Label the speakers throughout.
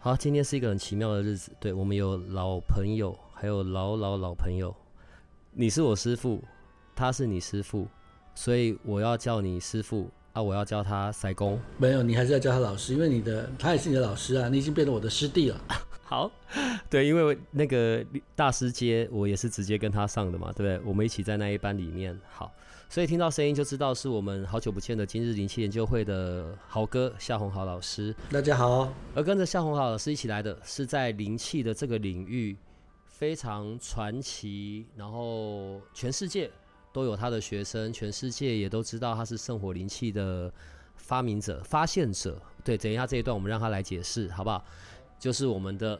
Speaker 1: 好，今天是一个很奇妙的日子，对我们有老朋友，还有老老老朋友。你是我师傅，他是你师傅，所以我要叫你师傅啊，我要叫他塞公。
Speaker 2: 没有，你还是要叫他老师，因为你的他也是你的老师啊，你已经变成我的师弟了。
Speaker 1: 好， 对，因为那个大师街，我也是直接跟他上的嘛，对不对？我们一起在那一班里面。好，所以听到声音就知道是我们好久不见的今日灵气研究会的豪哥夏红豪老师。
Speaker 2: 大家好，
Speaker 1: 而跟着夏红豪老师一起来的是在灵气的这个领域非常传奇，然后全世界都有他的学生，全世界也都知道他是圣火灵气的发明者、发现者。对，等一下这一段我们让他来解释，好不好？就是我们的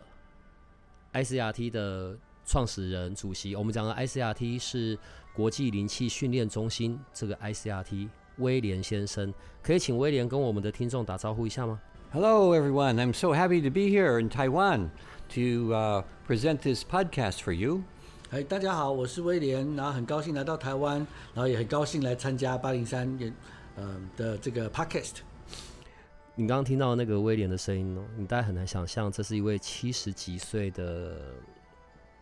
Speaker 1: ICRT 的创始人、主席。我们讲的 ICRT 是国际灵气训练中心，这个 ICRT 威廉先生，可以请威廉跟我们的听众打招呼一下吗？
Speaker 3: Hello, everyone. I'm so happy to be here in Taiwan to uh, present this podcast for you.
Speaker 2: 哎，大家好，我是威廉，然后很高兴来到台湾，然后也很高兴来参加八零三也呃的这个 podcast。
Speaker 1: 你刚刚听到那个威廉的声音哦，你大概很难想象，这是一位七十几岁的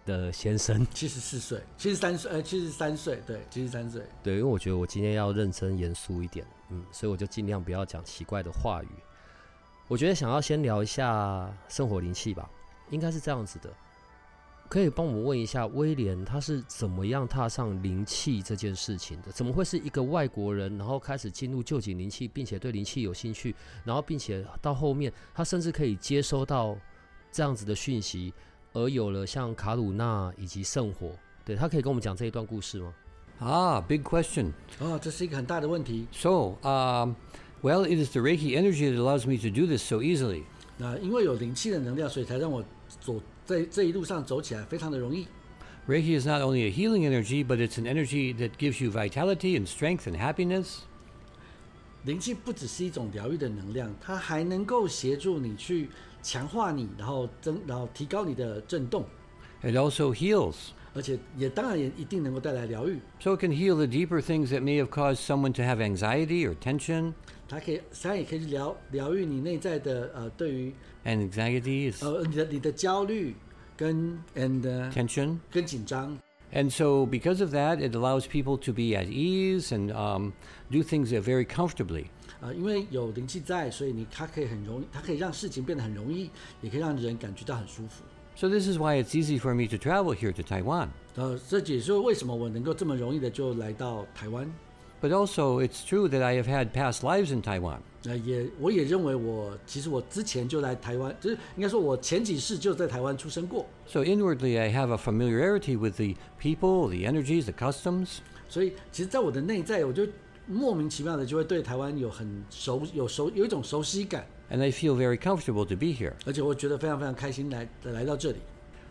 Speaker 1: 的先生。
Speaker 2: 七十四岁，七十三岁，呃，七十三岁，对，七十三岁。
Speaker 1: 对，因为我觉得我今天要认真严肃一点，嗯，所以我就尽量不要讲奇怪的话语。我觉得想要先聊一下圣火灵气吧，应该是这样子的。可以帮我们问一下威廉，他是怎么样踏上灵气这件事情的？怎么会是一个外国人，然后开始进入旧景灵气，并且对灵气有兴趣，然后并且到后面他甚至可以接收到这样子的讯息，而有了像卡鲁纳以及圣火。对他可以跟我们讲这一段故事吗？
Speaker 3: Ah, big question.
Speaker 2: 哦，这是一个很大的问题。
Speaker 3: So, um, well, it is the Reiki energy that allows me to do this so easily.
Speaker 2: 那因为有灵气的能量，所以才让我走在这一路上走起来非常的容易。
Speaker 3: Reiki is not only a healing energy, but it's an energy that gives you vitality and strength and happiness.
Speaker 2: 灵气不只是一种疗愈的能量，它还能够协助你去强化你，然后增，然后提高你的震动，
Speaker 3: It also heals.
Speaker 2: 而且也当然也一定能够带来疗愈。
Speaker 3: So, it can heal the deeper things that may have caused someone to have anxiety or tension.
Speaker 2: 它可以，它也可以去疗疗愈你内在的呃，对于
Speaker 3: And anxiety is
Speaker 2: 呃你的你的焦虑跟 and、呃
Speaker 3: tension.
Speaker 2: 跟紧张，
Speaker 3: And so, because of that, it allows people to be at ease and um, do things uh, very comfortably.
Speaker 2: 呃，因为有灵气在，所以你它可以很容易，它可以让事情变得很容易，也可以让人感觉到很舒服。
Speaker 3: So, this is why it's easy for me to travel here to Taiwan.
Speaker 2: 呃，这也就是为什么我能够这么容易的就来到台湾。
Speaker 3: But also, it's true that I have had past lives in Taiwan.
Speaker 2: 呃，也我也认为我其实我之前就来台湾，就是应该说我前几世就在台湾出生过，
Speaker 3: So, inwardly, I have a familiarity with the people, the energies, the customs.
Speaker 2: 所以其实在我的内在，我就莫名其妙的就会对台湾有很熟有熟有一种熟悉感，
Speaker 3: And I feel very comfortable to be here.
Speaker 2: 而且我觉得非常非常开心来来到这里。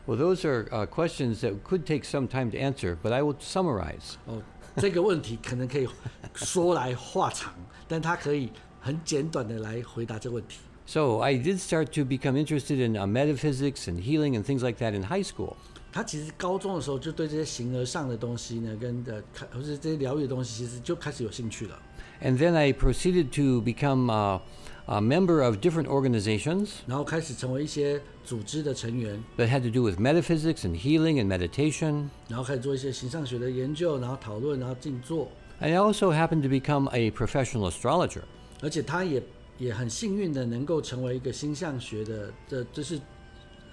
Speaker 3: Well, those are uh, questions that could take some time to answer, but I will summarize.
Speaker 2: 哦，这个问题可能可以说来话长，但它可以很简短的来回答这个问题。
Speaker 3: So, I did start to become interested in uh, metaphysics and healing and things like that in high school.
Speaker 2: 他其实高中的时候就对这些形而上的东西呢，跟呃，看或是这些疗愈的东西，其实就开始有兴趣了。
Speaker 3: And then I proceeded to become uh, a member of different organizations
Speaker 2: 然后开始成为一些组织的成员，
Speaker 3: that had to do with metaphysics and healing and meditation.
Speaker 2: 然后开始做一些形上学的研究，然后讨论，然后静坐。
Speaker 3: I also happened to become a professional astrologer.
Speaker 2: 而且他也也很幸运的能够成为一个星象学的，这这是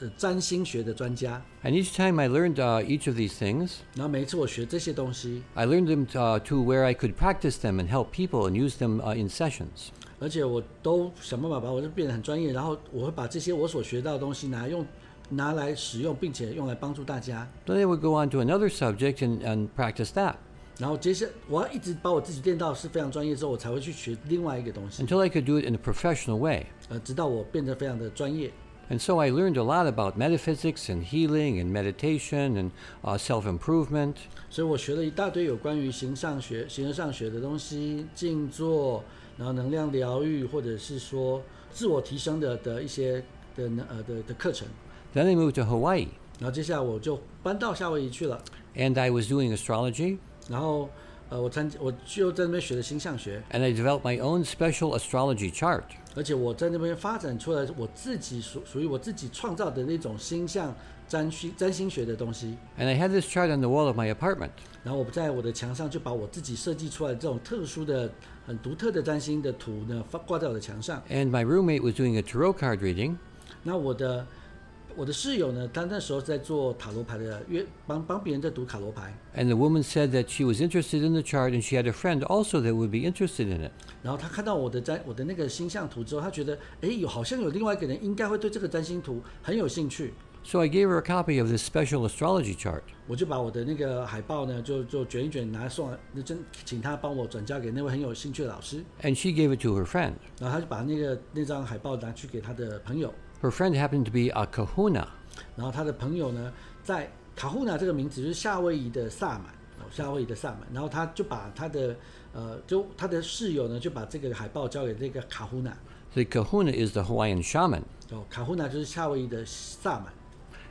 Speaker 2: 呃占星学的专家。
Speaker 3: And each time I learned uh, each of these things,
Speaker 2: 然后每一次我学这些东西，
Speaker 3: I learned them uh, to where I could practice them and help people and use them uh, in sessions.
Speaker 2: 而且我都想办法把我这变得很专业，然后我会把这些我所学到的东西拿来用拿来使用，并且用来帮助大家。
Speaker 3: Then I would go on to another subject and, and practice that.
Speaker 2: 然后接下我要一直把我自己练到是非常专业之后，我才会去学另外一个东西，
Speaker 3: until I could do it in a professional way.
Speaker 2: 呃，直到我变得非常的专业。
Speaker 3: And so I learned a lot about metaphysics and healing and meditation and uh, self improvement.
Speaker 2: 所以我学了一大堆有关于形上学、形而上学的东西，静坐，然后能量疗愈，或者是说自我提升的的一些的能呃的的课程。
Speaker 3: Then I moved to Hawaii
Speaker 2: 然后接下来我就搬到夏威夷去了，
Speaker 3: and I was doing astrology
Speaker 2: 然后呃我参我就在那边学了星象学，
Speaker 3: and I developed my own special astrology chart.
Speaker 2: 而且我在那边发展出来我自己属属于我自己创造的那种星象占星占星学的东西。
Speaker 3: And I had this chart on the wall of my apartment.
Speaker 2: 然后我在我的墙上就把我自己设计出来的这种特殊的、很独特的占星的图呢，发挂在我的墙上。
Speaker 3: And my roommate was doing a tarot card reading.
Speaker 2: 那我的我的室友呢，他那时候在做塔罗牌的约，帮帮别人在读塔罗牌。
Speaker 3: And the woman said that she was interested in the chart and she had a friend also that would be interested in it.
Speaker 2: 然后他看到我的占我的那个星象图之后，他觉得，哎，有好像有另外一个人应该会对这个占星图很有兴趣。
Speaker 3: So I gave her a copy of this special astrology chart.
Speaker 2: 我就把我的那个海报呢，就就卷一卷拿送来，那真请他帮我转交给那位很有兴趣的老师。
Speaker 3: And she gave it to her friend.
Speaker 2: 然后他就把那个那张海报拿去给他的朋友，
Speaker 3: Her friend happened to be a kahuna.
Speaker 2: 然后他的朋友呢，在卡户纳这个名字就是夏威夷的萨满，哦，夏威夷的萨满。然后他就把他的呃，就他的室友呢，就把这个海报交给这个卡户纳。
Speaker 3: The kahuna is the Hawaiian shaman.
Speaker 2: 哦，卡户纳就是夏威夷的萨满。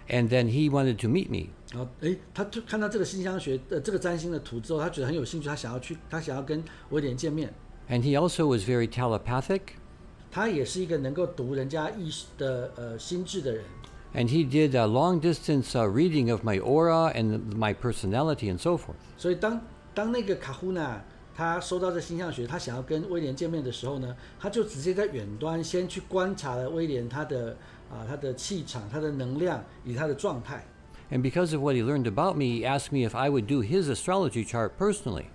Speaker 3: And then he wanted to meet me.
Speaker 2: 然后，诶，他就看到这个新疆学呃这个占星的图之后，他觉得很有兴趣，他想要去，他想要跟威廉见面。
Speaker 3: And he also was very telepathic.
Speaker 2: 他也是一个能够读人家意识的呃心智的人，
Speaker 3: And he did a long distance uh, reading of my aura and my personality and so forth.
Speaker 2: 所以当当那个卡胡纳他收到这星象学，他想要跟威廉见面的时候呢，他就直接在远端先去观察了威廉他的啊、他的气场、他的能量以及他的状态。
Speaker 3: And because of what he learned about me, he asked me if I would do his astrology chart personally.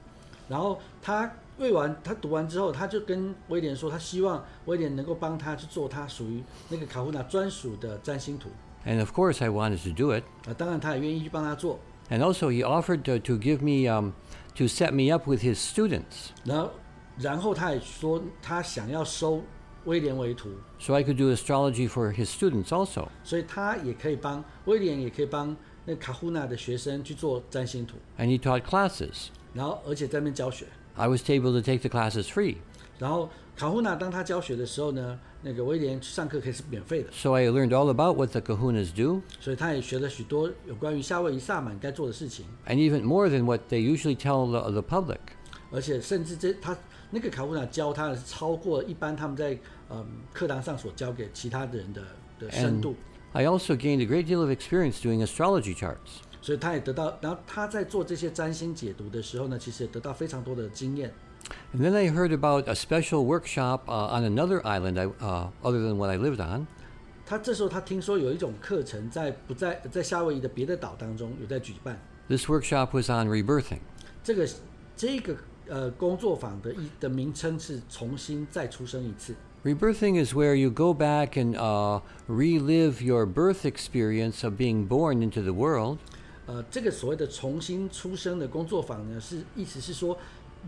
Speaker 2: 然后他喂完他读完之后，他就跟威廉说，他希望威廉能够帮他去做他属于那个卡胡纳专属的占星图
Speaker 3: And of course, I wanted to do it.
Speaker 2: 啊、当然他也愿意去帮他做。
Speaker 3: And also, he offered to, to give me, um, to set me up with his students
Speaker 2: 然后然后他也说他想要收威廉为徒，
Speaker 3: so I could do astrology for his students also.
Speaker 2: 所以他也可以帮威廉，也可以帮那卡胡纳的学生去做占星图，
Speaker 3: And he taught classes.
Speaker 2: 然后而且在那边教学。
Speaker 3: I was able to take the classes free.
Speaker 2: 然后卡胡纳当他教学的时候呢，那个威廉上课可以是免费的，
Speaker 3: So I learned all about what the kahunas do,
Speaker 2: 所以他也学了许多有关于夏威夷萨满该做的事情，
Speaker 3: and even more than what they usually tell the, the public.
Speaker 2: 而且甚至这他那个卡胡纳教他的是超过一般他们在嗯课堂上所教给其他的人的的深
Speaker 3: And
Speaker 2: 度，
Speaker 3: I also gained a great deal of experience doing astrology charts.
Speaker 2: 所以他也得到，然后他在做这些占星解读的时候呢，其实也得到非常多的经验。
Speaker 3: And then I heard about a special workshop uh, on another island I, uh, other than what I lived on.
Speaker 2: 他这时候他听说有一种课程在不在在夏威夷的别的岛当中有在举办，
Speaker 3: This workshop was on rebirthing.
Speaker 2: 这个这个呃工作坊的一的名称是重新再出生一次。
Speaker 3: Rebirthing is where you go back and uh, relive your birth experience of being born into the world
Speaker 2: 呃，这个所谓的重新出生的工作坊呢，是意思是说，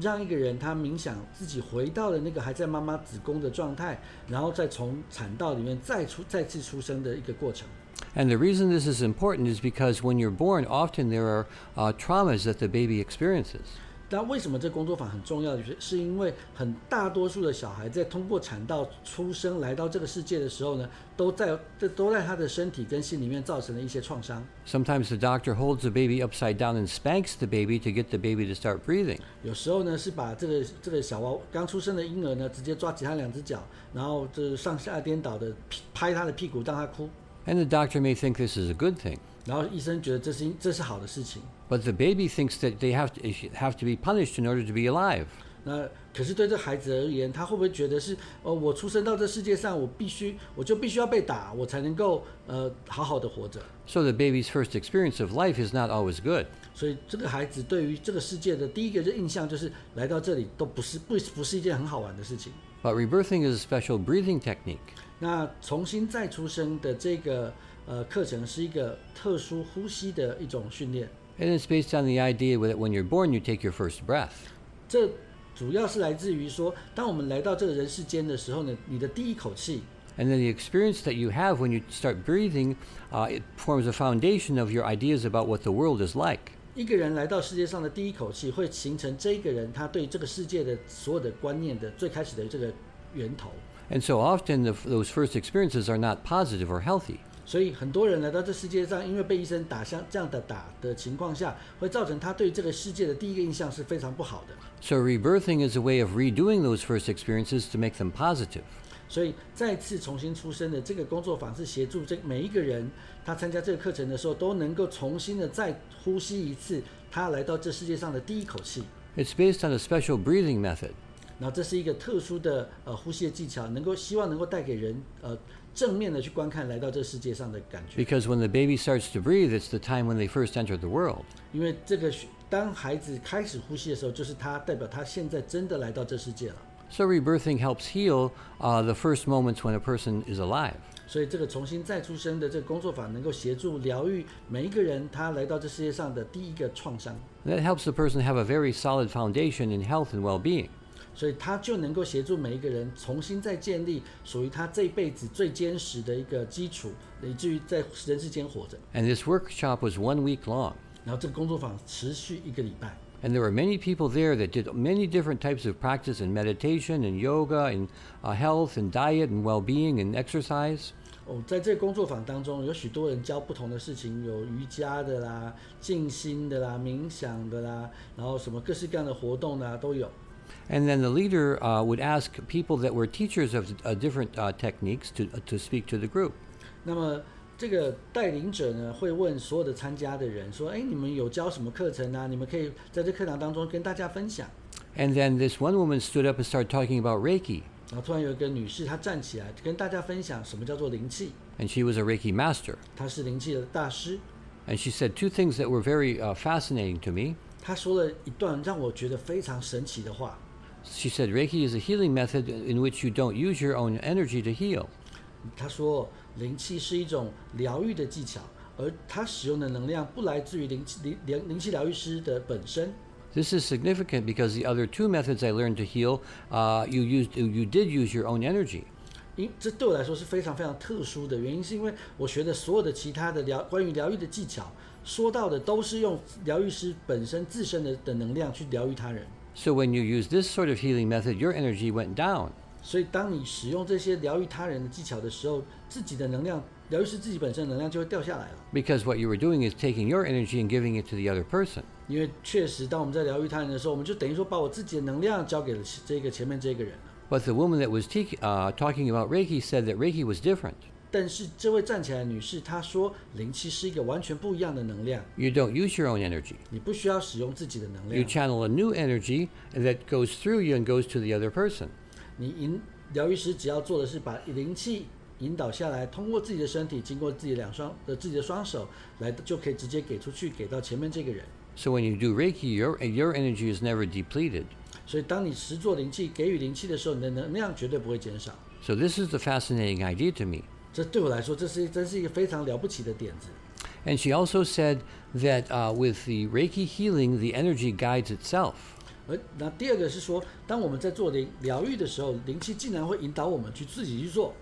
Speaker 2: 让一个人他冥想自己回到了那个还在妈妈子宫的状态，然后再从产道里面再出再次出生的一个过程。
Speaker 3: And the reason this is important is because when you're born, often there are uh, traumas that the baby experiences.
Speaker 2: 但为什么这工作坊很重要？就是是因为很大多数的小孩在通过产道出生来到这个世界的时候呢，都在这都在他的身体跟心里面造成了一些创伤。
Speaker 3: Sometimes the doctor holds the baby upside down and spanks the baby to get the baby to start breathing.
Speaker 2: 有时候呢，是把这个这个小娃刚出生的婴儿呢，直接抓起他两只脚，然后就是上下颠倒的拍他的屁股，让他哭。
Speaker 3: And the doctor may think this is a good thing,
Speaker 2: 然后医生觉得这是这是好的事情。
Speaker 3: but the baby thinks that they have to, have to be punished in order to be alive.
Speaker 2: 那可是对这孩子而言，他会不会觉得是呃，我出生到这世界上，我必须我就必须要被打，我才能够呃好好的活着？
Speaker 3: So the baby's first experience of life is not always good.
Speaker 2: 所以这个孩子对于这个世界的第一个印象就是来到这里都不是不不是一件很好玩的事情。
Speaker 3: But rebirthing is a special breathing technique.
Speaker 2: 那重新再出生的这个呃课程是一个特殊呼吸的一种训练，
Speaker 3: And it's based on the idea that when you're born, you take your first breath.
Speaker 2: 这主要是来自于说，当我们来到这个人世间的时候呢，你的第一口气，
Speaker 3: And then the experience that you have when you start breathing, uh, it forms a foundation of your ideas about what the world is like.
Speaker 2: 一个人来到世界上的第一口气，会形成这个人他对这个世界的所有的观念的最开始的这个源头。
Speaker 3: And so often the, those first experiences are not positive or healthy.
Speaker 2: 所以很多人来到这世界上，因为被医生打像这样的打的情况下，会造成他对这个世界的第一个印象是非常不好的。
Speaker 3: So rebirthing is a way of redoing those first experiences to make them positive.
Speaker 2: 所以再次重新出生的这个工作坊是协助这每一个人，他参加这个课程的时候都能够重新的再呼吸一次他来到这世界上的第一口气。
Speaker 3: It's based on a special breathing method.
Speaker 2: 然后这是一个特殊的呃呼吸的技巧，能够希望能够带给人呃正面的去观看来到这世界上的感觉。
Speaker 3: Because when the baby starts to breathe, it's the time when they first enter the world.
Speaker 2: 因为这个当孩子开始呼吸的时候，就是他代表他现在真的来到这世界了。
Speaker 3: So rebirthing helps heal uh, the first moments when a person is alive.
Speaker 2: 所以这个重新再出生的这个工作坊，能够协助疗愈每一个人他来到这世界上的第一个创伤，
Speaker 3: And that helps the person have a very solid foundation in health and well-being.
Speaker 2: 所以他就能够协助每一个人重新再建立属于他这辈子最坚实的一个基础，以至于在人世间活着。
Speaker 3: And this workshop was one week long.
Speaker 2: 然后这个工作坊持续一个礼拜，
Speaker 3: And there were many people there that did many different types of practice in meditation and yoga and uh, health and diet and well-being and exercise.
Speaker 2: 哦，在这个工作坊当中，有许多人教不同的事情，有瑜伽的啦、静心的啦、冥想的啦，然后什么各式各样的活动啦都有。
Speaker 3: And then the leader uh, would ask people that were teachers of uh, different uh, techniques to, to speak to the group.
Speaker 2: 那么这个带领者呢，会问所有的参加的人说：“哎，你们有教什么课程啊？你们可以在这课堂当中跟大家分享。
Speaker 3: And then this one woman stood up and started talking about Reiki. ”
Speaker 2: 然后突然有一个女士，她站起来跟大家分享什么叫做灵气，
Speaker 3: And she was a Reiki master.
Speaker 2: 她是灵气的大师。
Speaker 3: And she said two things that were very uh, fascinating to me.
Speaker 2: 她说了一段让我觉得非常神奇的话。
Speaker 3: She said, Reiki is a healing method in which you don't use your own energy to heal.
Speaker 2: 她说，灵气是一种疗愈的技巧，而她使用的能量不来自于灵气灵灵灵气疗愈师的本身，
Speaker 3: This is significant because the other two methods I learned to heal, uh, you used you did use your own energy.
Speaker 2: 因这对我来说是非常非常特殊的原因，是因为我学的所有的其他的疗关于疗愈的技巧，说到的都是用疗愈师本身自身的的能量去疗愈他人。
Speaker 3: So when you use this sort of healing method, your energy went down.
Speaker 2: 所以，当你使用这些疗愈他人的技巧的时候，自己的能量，疗愈师自己本身的能量就会掉下来了。
Speaker 3: Because what you were doing is taking your energy and giving it to the other person.
Speaker 2: 因为确实，当我们在疗愈他人的时候，我们就等于说把我自己的能量交给了这个前面这个人了。
Speaker 3: But the woman that was te- uh, talking about Reiki said that Reiki was different.
Speaker 2: 但是这位站起来的女士她说，灵气是一个完全不一样的能量，
Speaker 3: You don't use your own energy.
Speaker 2: 你不需要使用自己的能量，
Speaker 3: You channel a new energy that goes through you and goes to the other person.
Speaker 2: 你引疗愈师只要做的是把灵气引导下来，通过自己的身体，经过自己两双呃自己的双手来，就可以直接给出去，给到前面这个人。
Speaker 3: So when you do Reiki, your your energy is never depleted.
Speaker 2: 所以，当你实做灵气，给予灵气的时候，你的能量绝对不会减少。
Speaker 3: So this is the fascinating idea to me.
Speaker 2: 这对我来说，这是真是一个非常了不起的点子。
Speaker 3: And she also said that uh, with the Reiki healing, the energy guides itself.
Speaker 2: 而那第二个是说，当我们在做灵疗愈的时候，灵气竟然会引导我们去自己去做，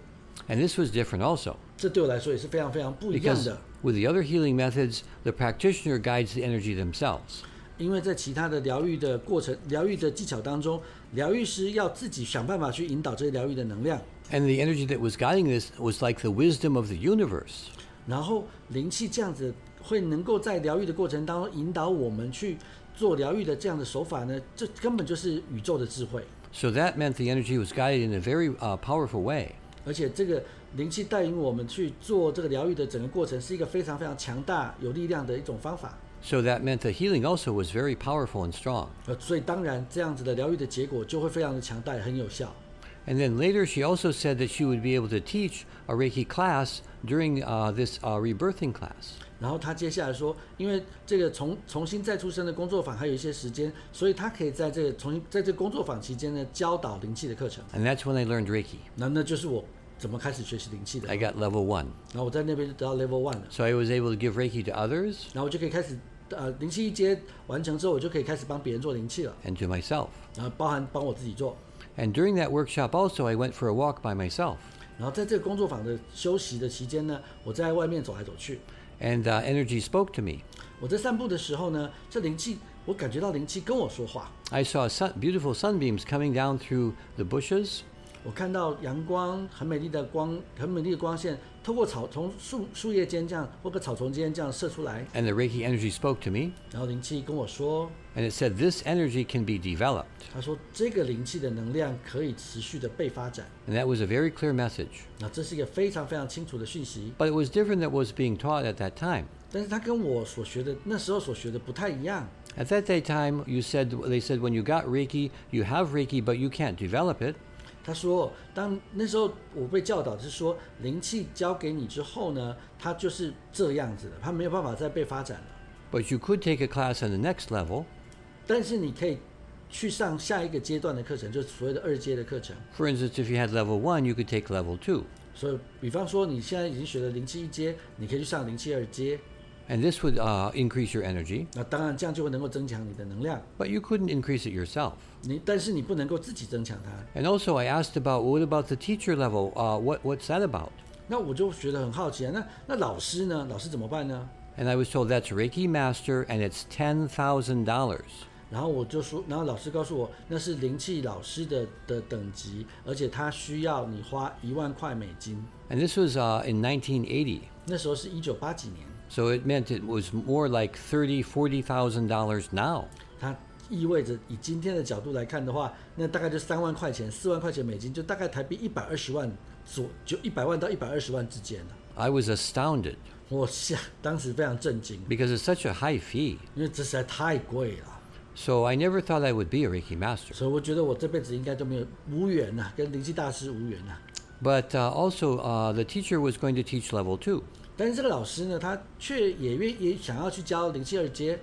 Speaker 3: And this was different also.
Speaker 2: 这对我来说也是非常非常不一样
Speaker 3: Because
Speaker 2: 的。
Speaker 3: with the other healing methods, the practitioner guides the energy themselves.
Speaker 2: 因为在其他的疗愈的过程、疗愈的技巧当中，疗愈师要自己想办法去引导这些疗愈的能量，
Speaker 3: And the energy that was guiding this was like the wisdom of the universe.
Speaker 2: 然后灵气这样子会能够在疗愈的过程当中引导我们去做疗愈的这样的手法呢，这根本就是宇宙的智慧，
Speaker 3: So that meant the energy was guided in a very uh, powerful way.
Speaker 2: 而且这个灵气带领我们去做这个疗愈的整个过程，是一个非常非常强大、有力量的一种方法。
Speaker 3: So that meant the healing also was very powerful and strong.
Speaker 2: 呃，所以当然这样子的疗愈的结果就会非常的强大，也很有效。
Speaker 3: And then later, she also said that she would be able to teach a Reiki class during uh, this uh, rebirthing class.
Speaker 2: 然后他接下来说，因为这个重重新再出生的工作坊还有一些时间，所以他可以在这个重新在这个工作坊期间呢教导灵气的课程。
Speaker 3: And that's when I learned Reiki.
Speaker 2: 那那就是我怎么开始学习灵气的。
Speaker 3: 哎 I got level one.
Speaker 2: 然后我在那边就得到 Level One 了，
Speaker 3: So I was able to give Reiki to others,
Speaker 2: 然后我就可以开始呃灵气一阶完成之后，我就可以开始帮别人做灵气了，
Speaker 3: and to myself.
Speaker 2: 然后包含帮我自己做。
Speaker 3: And during that workshop, also, I went for a walk by myself.
Speaker 2: 然后在这个工作坊的休息的期间呢，我在外面走来走去。
Speaker 3: And uh, energy spoke to me.
Speaker 2: 我在散步的时候呢，这灵气我感觉到灵气跟我说话，
Speaker 3: I saw sun, beautiful sunbeams coming down through the bushes,
Speaker 2: 我看到阳光很美丽的光，很美丽的光线透过草从树树叶间这样或个草丛间这样射出来，
Speaker 3: and the Reiki energy spoke to me.
Speaker 2: 然后灵气跟我说，
Speaker 3: And it said, This energy can be developed.
Speaker 2: 他说这个灵气的能量可以持续的被发展。
Speaker 3: And that was a very clear message.
Speaker 2: 那这是一个非常非常清楚的讯息，
Speaker 3: But it was different than what was being taught at that time.
Speaker 2: 但是它跟我所学的那时候所学的不太一样。
Speaker 3: At that day time, you said they said when you got Reiki, you have Reiki, but you can't develop it.
Speaker 2: 他说，当那时候我被教导是说，灵气交给你之后呢，它就是这样子的，它没有办法再被发展了。
Speaker 3: But you could take a class on the next level.
Speaker 2: 但是你可以去上下一个阶段的课程，就是所谓的二阶的课程。
Speaker 3: For instance, if you had level one, you could take level two,
Speaker 2: 所以，比方说你现在已经学了灵气一阶，你可以去上灵气二阶，
Speaker 3: and this would uh, increase your energy.
Speaker 2: 那当然这样就会能够增强你的能量。
Speaker 3: But you couldn't increase it yourself.
Speaker 2: 你但是你不能够自己增强它。
Speaker 3: And also, I asked about what about the teacher level? Uh, what what's that about?
Speaker 2: 那我就觉得很好奇啊，那那老师呢？老师怎么办呢？
Speaker 3: And I was told that's Reiki Master, and it's ten thousand dollars.
Speaker 2: 然后我就说，然后老师告诉我，那是灵气老师的的等级，而且他需要你花一万块美金。
Speaker 3: And this was uh, in 1980,
Speaker 2: 那时候是一九八几年，
Speaker 3: so it meant it was more like thirty, forty thousand dollars now.
Speaker 2: 它意味着以今天的角度来看的话，那大概就三万块钱、四万块钱美金，就大概台币一百二十万左，就一百万到一百二十万之间了
Speaker 3: I was astounded
Speaker 2: 我吓，当时非常震惊，
Speaker 3: because it's such a high fee.
Speaker 2: 因为这实在太贵了，
Speaker 3: So I never thought I would be a Reiki master.
Speaker 2: 所以我觉得我这辈子应该都没有无缘呐、跟灵气大师无缘呐、
Speaker 3: But uh, also, uh, the teacher was going to teach level two,
Speaker 2: 但是这个老师呢，他却也愿也想要去教灵气二阶，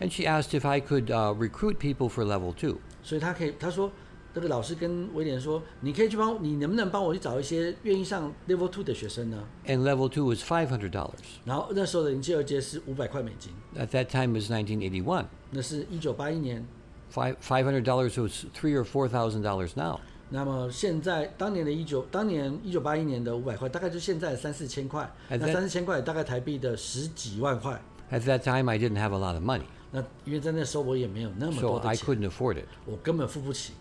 Speaker 3: and she asked if I could uh, recruit people for level two.
Speaker 2: 所以他可以，他说那个老师跟威廉说，你可以去帮，你能不能帮我去找一些愿意上 Level Two 的学生呢？
Speaker 3: And level two was five hundred dollars.
Speaker 2: 然后那时候的零七二阶是五百块美金，
Speaker 3: At that time, it was 1981.
Speaker 2: 那是一九八一年。
Speaker 3: Five hundred dollars was three or four thousand dollars now.
Speaker 2: 那么现在当年的一九，当年一九八一年的五百块，大概就现在三四千块，
Speaker 3: 哎
Speaker 2: 那
Speaker 3: 在
Speaker 2: 三四千块大概台币的十几万块。
Speaker 3: At that time, I didn't have a lot of money,
Speaker 2: 那因为在那时候我也没有那么
Speaker 3: so
Speaker 2: 多的
Speaker 3: I
Speaker 2: 钱，
Speaker 3: couldn't afford it.
Speaker 2: 我根本付不起。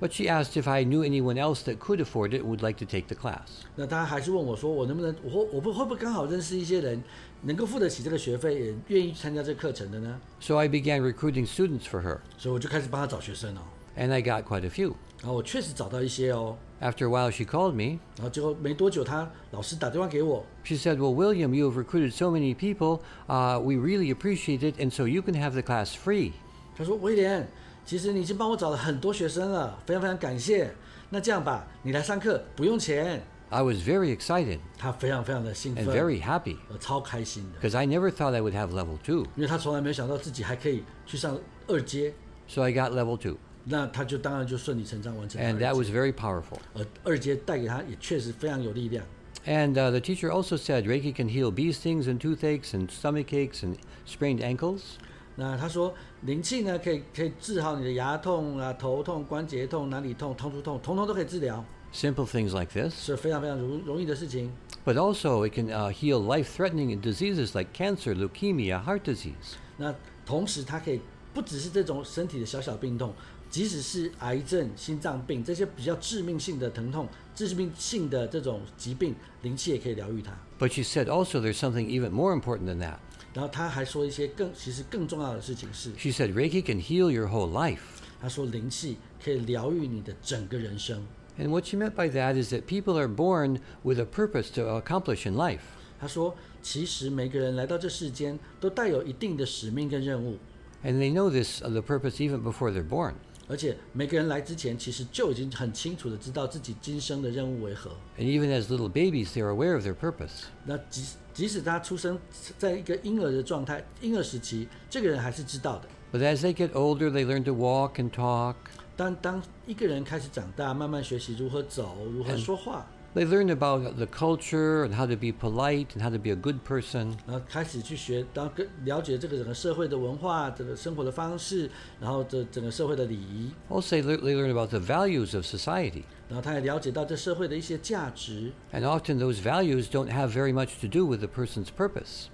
Speaker 3: But she asked if I knew anyone else that could afford it and would like to take the class.
Speaker 2: 那他还是问我说，我能不能，我我不会不会刚好认识一些人，能够付得起这个学费，也愿意参加这个课程的呢？
Speaker 3: So I began recruiting students for her,
Speaker 2: 所以我就开始帮他找学生哦。
Speaker 3: and I got quite a few.
Speaker 2: 然后我确实找到一些哦，
Speaker 3: After a while, she called me.
Speaker 2: 然后结果没多久他老师打电话给我，
Speaker 3: She said, Well, William, you have recruited so many people. Uh, we really appreciate it, and so you can have the class free.
Speaker 2: 他说威廉，其实你已经帮我找了很多学生了，非常非常感谢。那这样吧，你来上课不用钱。
Speaker 3: I was very excited
Speaker 2: 他非常非常的兴
Speaker 3: and
Speaker 2: 奋，
Speaker 3: very happy
Speaker 2: 呃，超开心的，
Speaker 3: because I never thought I would have level two.
Speaker 2: 因为他从来没有想到自己还可以去上二阶，
Speaker 3: So I got level two,
Speaker 2: 那他就当然就顺理成章完成了
Speaker 3: and that
Speaker 2: 二阶
Speaker 3: was very powerful.
Speaker 2: 而二阶带给他也确实非常有力量。
Speaker 3: And uh, the teacher also said Reiki can heal bee stings and toothaches and stomach aches and sprained ankles.
Speaker 2: 那他说灵气呢，可以可以治好你的牙痛啊、头痛、关节痛、哪里痛、痛处痛，统统都可以治疗，
Speaker 3: Simple things like this,
Speaker 2: 是非常非常容容易的事情。
Speaker 3: but also it can uh, heal life threatening diseases like cancer, leukemia, heart disease.
Speaker 2: 那同时，它可以不只是这种身体的小小病痛，即使是癌症、心脏病这些比较致命性的疼痛、致命性的这种疾病，灵气也可以疗愈它。
Speaker 3: But she said also there's something even more important than that.
Speaker 2: 然后他还说一些更其实更重要的事情是，
Speaker 3: She said Reiki can heal your whole life.
Speaker 2: 他说灵气可以疗愈你的整个人生。
Speaker 3: And what she meant by that is that people are born with a purpose to accomplish in life.
Speaker 2: 他说，其实每个人来到这世间都带有一定的使命跟任务，
Speaker 3: And they know this, uh, the purpose, even before they're born.
Speaker 2: 而且每个人来之前其实就已经很清楚的知道自己今生的任务为何。
Speaker 3: And even as little babies, they're aware of their purpose.
Speaker 2: 那即即使他出生在一个婴儿的状态、婴儿时期，这个人还是知道的。
Speaker 3: But as they get older, they learn to walk and talk.
Speaker 2: 但当一个人开始长大，慢慢学习如何走、如何说话，
Speaker 3: They learn about the culture and how to be polite and how to be a good person.
Speaker 2: 然后开始去学，当跟了解这个整个社会的文化、这个生活的方式，然后这整个社会的礼仪，
Speaker 3: Also, they lear- they learn about the values of society.
Speaker 2: 然后他也了解到这社会的一些价值。
Speaker 3: And often those values don't have very much to do with the person's purpose.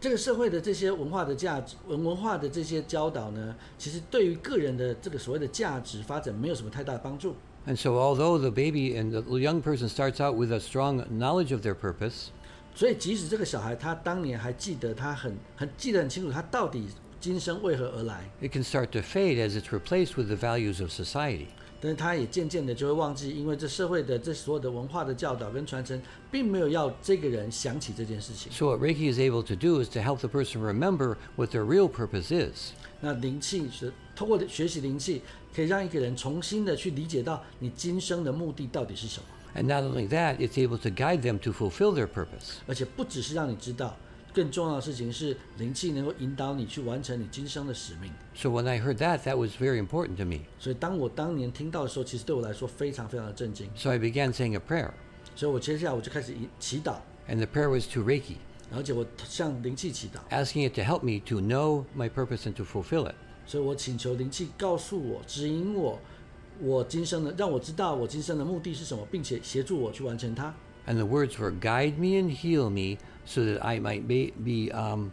Speaker 2: 这个社会的这些文化的价值、文文化的这些教导呢，其实对于个人的这个所谓的价值发展没有什么太大的帮助。
Speaker 3: And so, although the baby and the young person starts out with a strong knowledge of their purpose,
Speaker 2: 所以，即使这个小孩他当年还记得他很很记得很清楚，他到底今生为何而来，
Speaker 3: it can start to fade as it's replaced with the values of society.
Speaker 2: 但是他也渐渐的就会忘记，因为这社会的这所有的文化的教导跟传承，并没有要这个人想起这件事情。
Speaker 3: So, what Reiki is able to do is to help the person remember what their real purpose is.
Speaker 2: 那灵气是通过学习灵气，可以让一个人重新的去理解到你今生的目的到底是什么，
Speaker 3: And not only that, it's able to guide them to fulfill their purpose.
Speaker 2: 而且不只是让你知道，更重要的事情是灵气能够引导你去完成你今生的使命。
Speaker 3: So, when I heard that, that was very important to me.
Speaker 2: 所以，当我当年听到的时候，其实对我来说非常非常的震惊。
Speaker 3: So, I began saying a prayer.
Speaker 2: 所以我接下来我就开始一祈祷，
Speaker 3: And the prayer was to Reiki,
Speaker 2: 而且我向灵气祈祷，
Speaker 3: asking it to help me to know my purpose and to fulfill it.
Speaker 2: 所以我请求灵气告诉我、指引我，我今生的让我知道我今生的目的是什么，并且协助我去完成它。
Speaker 3: And the words were, Guide me and heal me so that I might be, be um,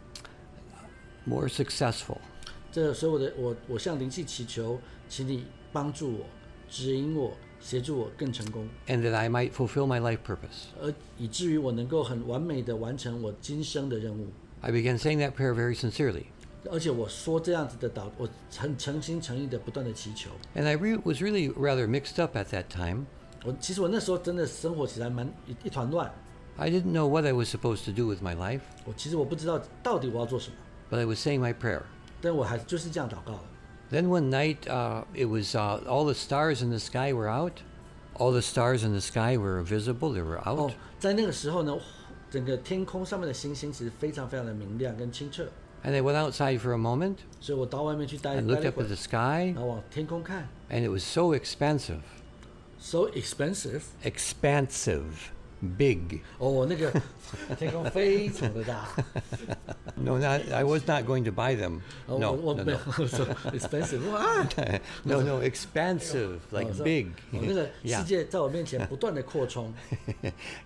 Speaker 3: more successful.
Speaker 2: 这所以我的我我向灵气祈求，请你帮助我、指引我、协助我更成功，
Speaker 3: And that I might fulfill my life purpose.
Speaker 2: 而以至于我能够很完美的完成我今生的任务。
Speaker 3: I began saying that prayer very sincerely.
Speaker 2: 而且我说这样子的祷，我很诚心诚意的不断的祈求。
Speaker 3: And I re- was really rather mixed up at that time.
Speaker 2: 我其实我那时候真的生活起来蛮一一团乱，
Speaker 3: I didn't know what I was supposed to do with my life,
Speaker 2: 我其实我不知道到底我要做什么。
Speaker 3: but I was saying my prayer.
Speaker 2: 但我还是就是这样祷告了。
Speaker 3: Then one night, uh, it was uh, all the stars in the sky were out. All the stars in the sky were visible, they were out.
Speaker 2: 哦，在那个时候呢，整个天空上面的星星其实非常非常的明亮跟清澈，
Speaker 3: And I went outside for a moment
Speaker 2: 所以我到外面去待
Speaker 3: and
Speaker 2: 待
Speaker 3: looked
Speaker 2: 了一
Speaker 3: up
Speaker 2: 会
Speaker 3: at
Speaker 2: 儿
Speaker 3: the，sky,
Speaker 2: 然后往天空看
Speaker 3: and it was so expansive.
Speaker 2: ，so expensive，
Speaker 3: Expansive. Big.
Speaker 2: 哦，那个 天空非常的大，
Speaker 3: No, not, I was not going to buy them.
Speaker 2: 哦
Speaker 3: no,
Speaker 2: 我我
Speaker 3: no,
Speaker 2: 没有
Speaker 3: no.
Speaker 2: so expensive，哇，
Speaker 3: no, no, expansive,
Speaker 2: 我
Speaker 3: like
Speaker 2: 说
Speaker 3: big.
Speaker 2: 我那个世
Speaker 3: yeah.
Speaker 2: 界在我面前不断的扩充，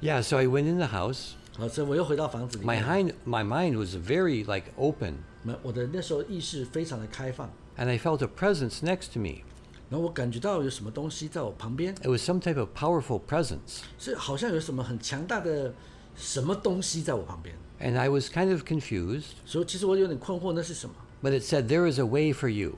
Speaker 3: yeah, so I went in the house.
Speaker 2: 好，所以我又回到房子里
Speaker 3: My,
Speaker 2: 面，
Speaker 3: hind, my mind was very, like, open,
Speaker 2: 那我的那时候意识非常的开放，
Speaker 3: and I felt a presence next to me.
Speaker 2: 然后我感觉到有什么东西在我旁边，
Speaker 3: It was some type of powerful presence.
Speaker 2: 是好像有什么很强大的什么东西在我旁边。
Speaker 3: And I was kind of confused,
Speaker 2: 所以其实我有点困惑，那是什么？
Speaker 3: but it said, There is a way for you.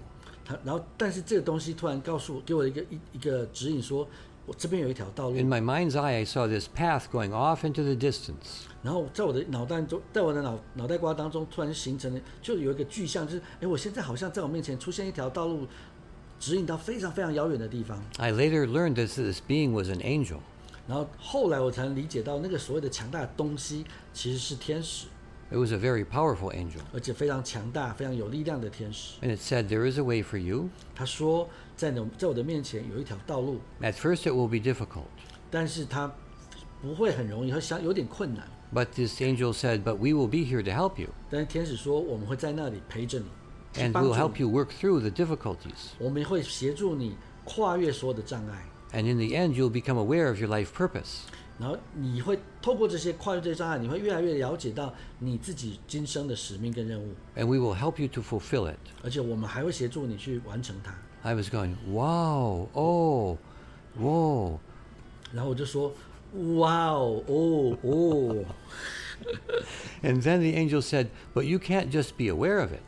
Speaker 2: 他然后，但是这个东西突然告诉我，给我一个一一个指引说，我这边有一条道路
Speaker 3: In。my mind's eye, I saw this path going off into the distance.
Speaker 2: 然后在我的脑袋中，在我的脑脑袋瓜当中，突然形成了就有一个具象，就是哎，我现在好像在我面前出现一条道路，指引到非常非常遥远的地方。
Speaker 3: I later learned that this being was an angel.
Speaker 2: 然后后来我才能理解到，那个所谓的强大的东西其实是天使，
Speaker 3: It was a very powerful angel.
Speaker 2: 而且非常强大、非常有力量的天使。
Speaker 3: And it said, There is a way for you.
Speaker 2: 他说，在我在我的面前有一条道路，
Speaker 3: At first, it will be difficult.
Speaker 2: 但是他不会很容易，会相有点困难。
Speaker 3: But this angel said, But we will be here to help you,
Speaker 2: 但是天使说，我们会在那里陪着你，去
Speaker 3: and
Speaker 2: 帮
Speaker 3: we'll
Speaker 2: 助
Speaker 3: help
Speaker 2: 你，
Speaker 3: you work through the difficulties.
Speaker 2: 我们会协助你跨越所有的障碍，
Speaker 3: And in the end, you'll become aware of your life purpose.
Speaker 2: 然后你会透过这些跨越这些障碍，你会越来越了解到你自己今生的使命跟任务，
Speaker 3: and we will help you to fulfill it.
Speaker 2: 而且我们还会协助你去完成它。
Speaker 3: I was going, wow, oh, whoa.
Speaker 2: 然后我就说，哇哦，哦哦，
Speaker 3: And then the angel said, but you can't just be aware of it.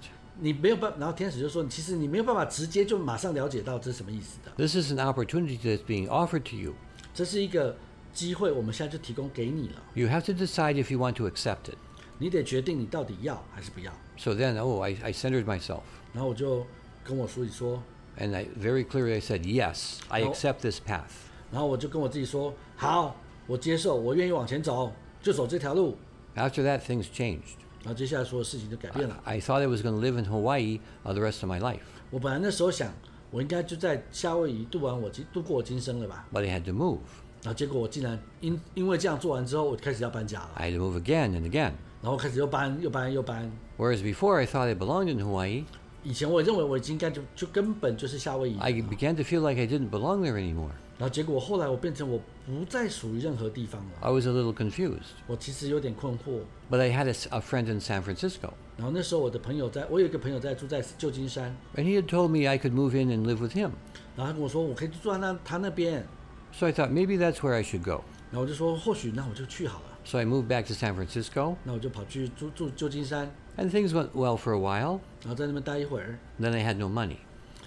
Speaker 2: 你没有办，然后天使就说，其实你没有办法直接就马上了解到这是什么意思的，
Speaker 3: This is an opportunity that's being offered to you.
Speaker 2: 这是一个机会，我们现在就提供给你了，
Speaker 3: You have to decide if you want to accept it.
Speaker 2: 你得决定你到底要还是不要。
Speaker 3: So then, oh, I, I centered myself.
Speaker 2: 然后我就跟我书记说，
Speaker 3: And I very clearly I said, yes, I
Speaker 2: Oh.
Speaker 3: accept this path.
Speaker 2: 然后我就跟我自己说，好，我接受，我愿意往前走，就走这条路。
Speaker 3: After that, things changed.
Speaker 2: 然后接下来所有事情就改
Speaker 3: I,
Speaker 2: 变了。
Speaker 3: I thought I was going to live in Hawaii uh, the rest of my life,
Speaker 2: 我本来那时候想，我应该就在夏威夷度完我今度过我今生了吧，
Speaker 3: but I had to move.
Speaker 2: 然后结果我竟然因因为这样做完之后，我就开始要搬家了，
Speaker 3: I had to move again and again.
Speaker 2: 然后开始又搬又搬又搬。
Speaker 3: Whereas before I thought I belonged in Hawaii,
Speaker 2: 以前我认为我已经该就就根本就是夏威夷人
Speaker 3: I
Speaker 2: 了
Speaker 3: began to feel like I didn't belong there anymore.
Speaker 2: 然后结果后来我变成我不再属于任何地方了，
Speaker 3: I was a little confused.
Speaker 2: 我其实有点困惑。
Speaker 3: But I had a, s- a friend in San Francisco,
Speaker 2: 然后那时候我的朋友在，我有一个朋友在住在旧金山，
Speaker 3: and he had told me I could move in and live with him.
Speaker 2: 然后他跟我说我可以住在那他那边，
Speaker 3: So I thought maybe that's where I should go.
Speaker 2: 然后我就说或许那我就去好了，
Speaker 3: So I moved back to San Francisco,
Speaker 2: 那我就跑去住住旧金山，
Speaker 3: and things went well for a while.
Speaker 2: 然后在那边待一会儿，
Speaker 3: Then I had no money.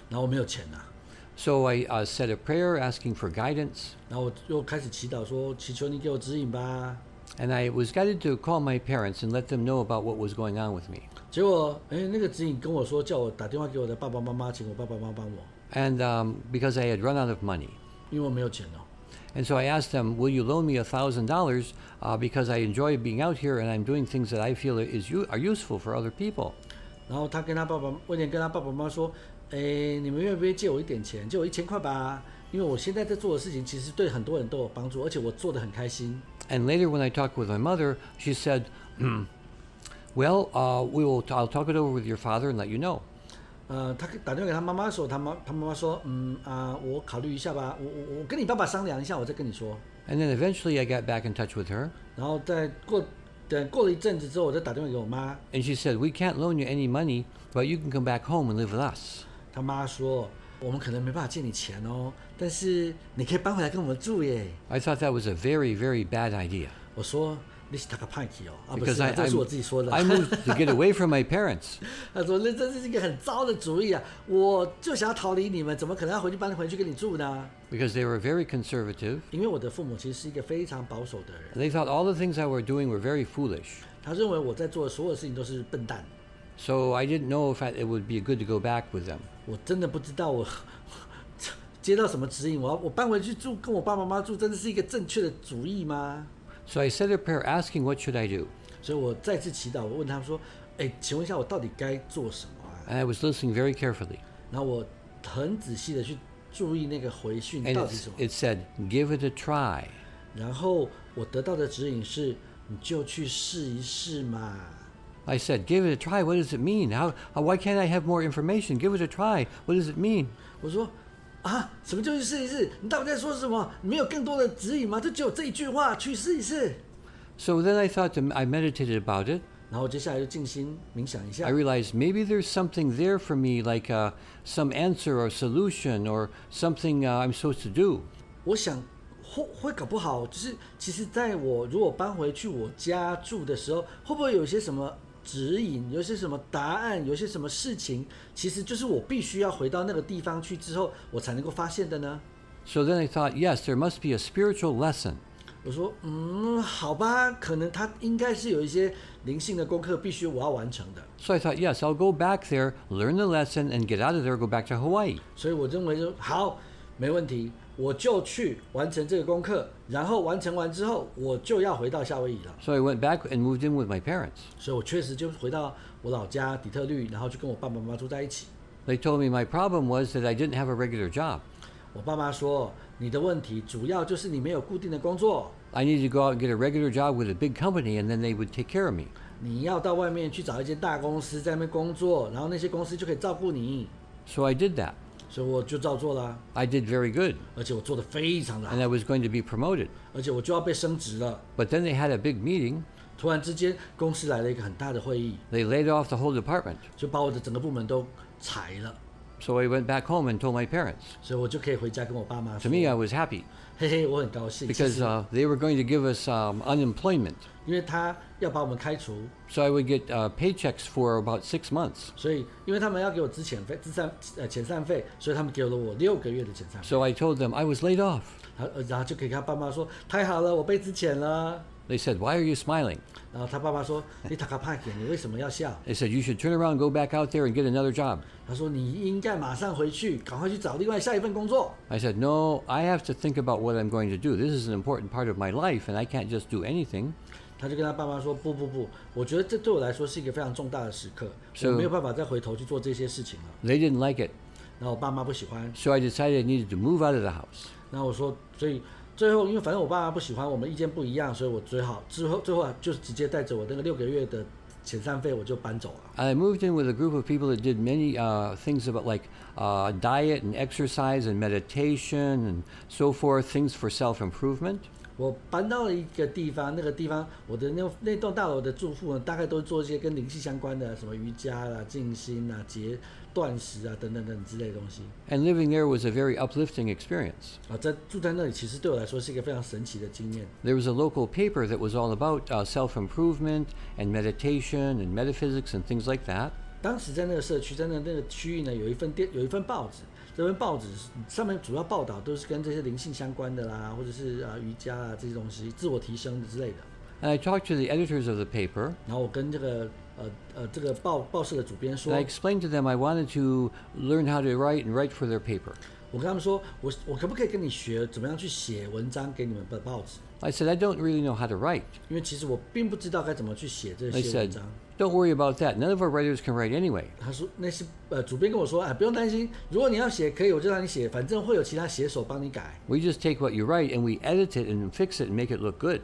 Speaker 2: 然后我没有钱呐、啊
Speaker 3: So I uh, said a prayer asking for guidance,
Speaker 2: 然后我又开始祈祷说祈求你给我指引吧。
Speaker 3: and I was guided to call my parents and let them know about what was going on with me.
Speaker 2: 结果哎那个指引跟我说叫我打电话给我的爸爸妈妈，请我爸爸妈妈帮我，
Speaker 3: And um, because I had run out of money.
Speaker 2: 因为我没有钱哦。
Speaker 3: And so I asked them, "Will you loan me a thousand dollars? uh, Because I enjoy being out here and I'm doing things that I feel is u- are useful for other people."
Speaker 2: 然后他跟他爸爸，威廉跟他爸爸妈妈说：“诶，你们愿不愿意借我一点钱？借我一千块吧，因为我现在在做的事情其实对很多人都有帮助，而且我做的很开心。
Speaker 3: And later, when I talked with my mother, she said, "Hmm, "Well, uh, we will. I'll talk it over with your father and let you know." ”
Speaker 2: 呃，他打电话给他妈妈的时候，他妈他妈妈说：“嗯啊、我考虑一下吧，我我我跟你爸爸商量一下，我再跟你说。
Speaker 3: And then eventually, I got back in touch with her, ”
Speaker 2: 然后再过等过了一阵子之后，我再打电话给我妈，
Speaker 3: and she said, "We can't loan you any money, but you can come back home and live with us."
Speaker 2: 他妈说：“我们可能没办法借你钱哦，但是你可以搬回来跟我们住耶。
Speaker 3: I thought that was a very, very bad idea ”
Speaker 2: 我说：“你是他个叛逆哦，啊不
Speaker 3: because
Speaker 2: 是啊，
Speaker 3: I,
Speaker 2: 这
Speaker 3: I,
Speaker 2: 是我自己说的。”
Speaker 3: I moved to get away from my parents.
Speaker 2: 他说：“那真是一个很糟的主意啊！我就想要逃离你们，怎么可能要回去搬回去跟你住呢？
Speaker 3: because they were very conservative.
Speaker 2: 因为我的父母其实是一个非常保守的人，
Speaker 3: They thought all the things I were doing were very foolish.
Speaker 2: 他认为我在做的所有事情都是笨蛋。
Speaker 3: So I didn't know if I, it would be good to go back with them.
Speaker 2: 我真的不知道我 接到什么指引，我要我搬回去住，跟我爸爸妈妈住，真的是一个正确的主意吗？
Speaker 3: So I said a prayer asking, What should I do?
Speaker 2: 所以我再次祈祷，我问他们说：‘哎，请问一下，我到底该做什么啊
Speaker 3: And I was listening very carefully.？’
Speaker 2: 然后我很仔细的去注意那个回讯
Speaker 3: And
Speaker 2: 到底
Speaker 3: it,
Speaker 2: 什么，
Speaker 3: it said, Give it a try.
Speaker 2: 然后我得到的指引是：你就去试一试嘛。”
Speaker 3: I said, Give it a try. What does it mean? How, how, why can't I have more information? Give it a try. What does it mean?
Speaker 2: 我说啊，什么就去试一试？你到底在说什么？你没有更多的指引吗？就只有这一句话，去试一试。
Speaker 3: So then I thought, to, I meditated about it.
Speaker 2: 然后接下来就静心冥想一
Speaker 3: I
Speaker 2: 下，
Speaker 3: realized maybe there's something there for me, like uh, some answer or solution or something uh, I'm supposed to do.
Speaker 2: 我想会会搞不好，就是其实在我如果搬回去我家住的时候，会不会有一些什么指引，有一些什么答案，有一些什么事情，其实就是我必须要回到那个地方去之后，我才能够发现的呢？
Speaker 3: So then I thought, yes, there must be a spiritual lesson.
Speaker 2: 我说，嗯，好吧，可能它应该是有一些灵性的功课必须我要完成的。
Speaker 3: So I thought, yes, I'll go back there, learn the lesson, and get out of there, go back to Hawaii.
Speaker 2: 所以我认为就好，没问题，我就去完成这个功课，然后完成完之后，我就要回到夏威夷了。
Speaker 3: So I went back and moved in with my parents.
Speaker 2: 所以我确实就回到我老家底特律，然后就跟我爸爸妈妈住在一起。
Speaker 3: They told me my problem was that I didn't have a regular job.
Speaker 2: 我爸妈说，你的问题主要就是你没有固定的工作，
Speaker 3: I needed to go out and get a regular job with a big company, and then they would take care of me.
Speaker 2: 你要到外面去找一间大公司在那边工作，然后那些公司就可以照顾你。
Speaker 3: So I did that.
Speaker 2: 所以我就照做啦，
Speaker 3: I did very good,
Speaker 2: 而且我做的非常的好
Speaker 3: and，I was going to be promoted.
Speaker 2: 而且我就要被升职了。
Speaker 3: But then they had a big meeting.
Speaker 2: 突然之间，公司来了一个很大的会议，
Speaker 3: They laid off the whole department.
Speaker 2: 就把我的整个部门都裁了。
Speaker 3: So I went back home and told my parents.
Speaker 2: 所以我就可以回家跟我爸妈
Speaker 3: To
Speaker 2: 说，
Speaker 3: me, I was happy
Speaker 2: 嘿嘿，我很高兴，其
Speaker 3: because
Speaker 2: 实
Speaker 3: uh, they were going to give us um, unemployment.
Speaker 2: 因为他要把我们开除，
Speaker 3: So I would get uh, paychecks for about six months.
Speaker 2: 所以因为他们要给我资遣费、资散呃遣散费，所以他们给了我六个月的遣散费，
Speaker 3: So I told them I was laid off.
Speaker 2: 然后然后就可以跟他爸妈说，太好了，我被资遣了。
Speaker 3: They said, Why are you smiling?
Speaker 2: 然后他爸爸说：“你塔卡帕克，你为什么要笑
Speaker 3: They said, You should turn around, go back out there, and get another job. ？”
Speaker 2: 他说：“你应该马上回去，赶快去找另外下一份工作。
Speaker 3: I said, No, I have to think about what I'm going to do. This is an important part of my life, and I can't just do anything. ”
Speaker 2: 他就跟他爸妈说：“不不不，我觉得这对我来说是一个非常重大的时刻，
Speaker 3: 是
Speaker 2: 我没有办法再回头去做这些事情了。
Speaker 3: They didn't like it. ”
Speaker 2: 然后我爸妈不喜欢，
Speaker 3: So I decided I needed to move out of the house.
Speaker 2: 然后我说，所以最后，因为反正我爸妈不喜欢，我们意见不一样，所以我最好之后最后啊就是直接带着我那个六个月的遣散费，我就搬走了。
Speaker 3: I moved in with a group of people that did many uh, things about like uh, diet and exercise and meditation and so forth, things for self improvement.
Speaker 2: 我搬到了一个地方，那个地方我的那那栋大楼的住户呢，大概都做一些跟灵气相关的，什么瑜伽啦、静心啦、节断食啊等等等之类的东西。
Speaker 3: And living there was a very uplifting experience.
Speaker 2: 啊，在住在那里，其实对我来说是一个非常神奇的经验。
Speaker 3: There was a local paper that was all about uh, self improvement and meditation and metaphysics and things like that.
Speaker 2: 当时在那个社区，在那那个区域呢，有一份电，有一份报纸。这份报纸上面主要报道都是跟这些灵性相关的啦，或者是啊瑜伽啊这些东西，自我提升之类的。
Speaker 3: And I talked to the editors of the paper
Speaker 2: 然后我跟这个呃呃这个报报社的主编
Speaker 3: and
Speaker 2: 说
Speaker 3: I，explained to them I wanted to learn how to write and write for their paper.
Speaker 2: 我跟他们说，我我可不可以跟你学怎么样去写文章给你们的报纸？
Speaker 3: I said, I don't really know how to write.
Speaker 2: 因为其实我并不知道该怎么去写这
Speaker 3: They
Speaker 2: 些文
Speaker 3: said,
Speaker 2: 章。
Speaker 3: Don't worry about that. None of our writers can write anyway.
Speaker 2: 他说那是呃主编跟我说，哎不用担心，如果你要写可以，我就让你写，反正会有其他写手帮你改，
Speaker 3: We just take what you write and we edit it and fix it and make it look good.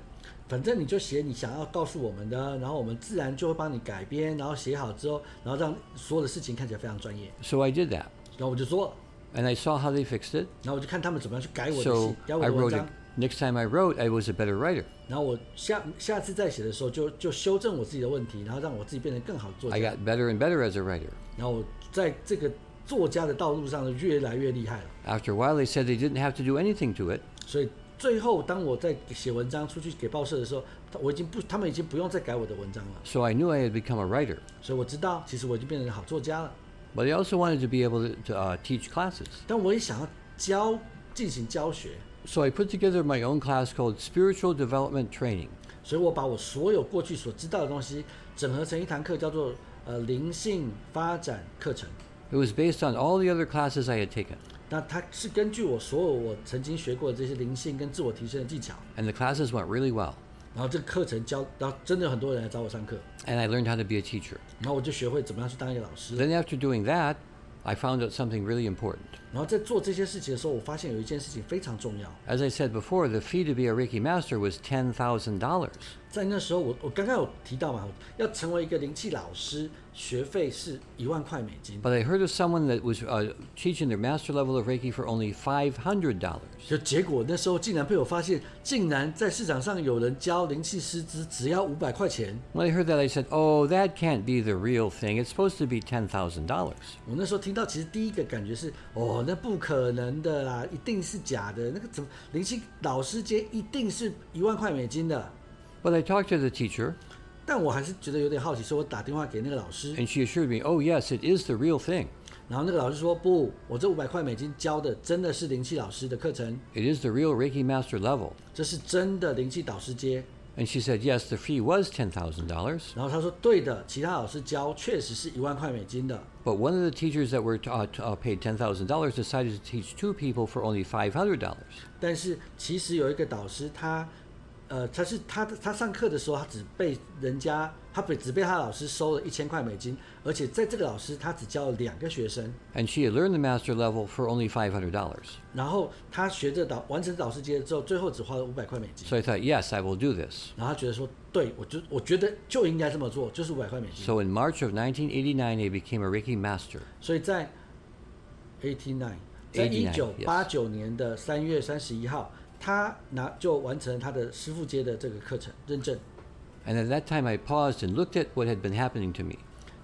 Speaker 2: 反正你就写你想要告诉我们的，然后我们自然就会帮你改编，然后写好之后，然后让所有的事情看起来非常专业。
Speaker 3: So I did that.
Speaker 2: 然后我就做了，
Speaker 3: And I saw how they fixed it.
Speaker 2: 然后我就看他们怎么样去改我的戏
Speaker 3: So，
Speaker 2: 改我
Speaker 3: I
Speaker 2: 的文
Speaker 3: wrote it.
Speaker 2: 章，
Speaker 3: Next time I wrote, I was a better writer.
Speaker 2: 然后我下下次再写的时候就就修正我自己的问题，然后让我自己变得更好的作
Speaker 3: I
Speaker 2: 家，
Speaker 3: got better and better as a writer.
Speaker 2: 然后我在这个作家的道路上就越来越厉害了。
Speaker 3: After a while, they said they didn't have to do anything to it.
Speaker 2: 所以最后当我在写文章出去给报社的时候，他我已经不他们已经不用再改我的文章了，
Speaker 3: So I knew I had become a writer.
Speaker 2: 所以我知道其实我已经变成好作家了，
Speaker 3: But I also wanted to be able to, to uh, teach classes.
Speaker 2: 但我也想要教进行教学，
Speaker 3: So I put together my own class called Spiritual Development Training.
Speaker 2: 所以我把我所有过去所知道的东西整合成一堂课，叫做呃灵性发展课程。
Speaker 3: It was based on all the other classes I had taken.
Speaker 2: 那它是根据我所有我曾经学过的这些灵性跟自我提升的技巧，
Speaker 3: And the classes went really well.
Speaker 2: 然后这个课程教，然后真的有很多人来找我上课，
Speaker 3: And I learned how to be a teacher.
Speaker 2: 然后我就学会怎么样去当一个老师。
Speaker 3: Then, after doing that, I found out something really important.
Speaker 2: 然后在做这些事情的时候，我发现有一件事情非常重要。
Speaker 3: As I said before, the fee to be a Reiki master was $10,000.
Speaker 2: 在那时候我，我刚刚有提到嘛，要成为一个灵气老师，学费是一万块美金，
Speaker 3: But I heard of someone that was uh, teaching their master level of Reiki for only $500.
Speaker 2: 就结果那时候竟然被我发现，竟然在市场上有人教灵气师资只要五百块钱。
Speaker 3: When I heard that, I said, Oh, that can't be the real thing. It's supposed to be $10,000.
Speaker 2: 我那时候听到，其实第一个感觉是，哦，那不可能的啦，一定是假的。那个怎么灵气老师接一定是一万块美金的？
Speaker 3: But I talked to the teacher,
Speaker 2: 但我还是觉得有点好奇，所以我打电话给那个老师，
Speaker 3: and she assured me, Oh, yes, it is the real thing.
Speaker 2: 然后那个老师说不，我这五百块美金教的真的是灵气老师的课程，
Speaker 3: It is the real Reiki master level.
Speaker 2: 这是真的灵气导师接。
Speaker 3: And she said, Yes, the fee was $10,000.
Speaker 2: 然后他说对的，其他老师教确实是一万块美金的，
Speaker 3: But one of the teachers that were taught, uh, paid $10,000 decided to teach two people for only $500.
Speaker 2: 但是其实有一个导师他，呃，他是他他上课的时候，他只被人家他被只被他老师收了一千块美金，而且在这个老师他只教了两个学生，
Speaker 3: And she had learned the master level for only $500.
Speaker 2: 然后他学着导完成导师接了之后，最后只花了五百块美金，
Speaker 3: So I thought, Yes, I will do this.
Speaker 2: 然后他觉得说，对我就我觉得就应该这么做，就是五百块美金，
Speaker 3: So in March of 1989, I became a Reiki master.
Speaker 2: 所以在 eighty nine，在一
Speaker 3: 89
Speaker 2: 九八九年的三月三十一号。他拿就完成了他的师傅接的这个课程认证，
Speaker 3: And at that time, I paused and looked at what had been happening to me.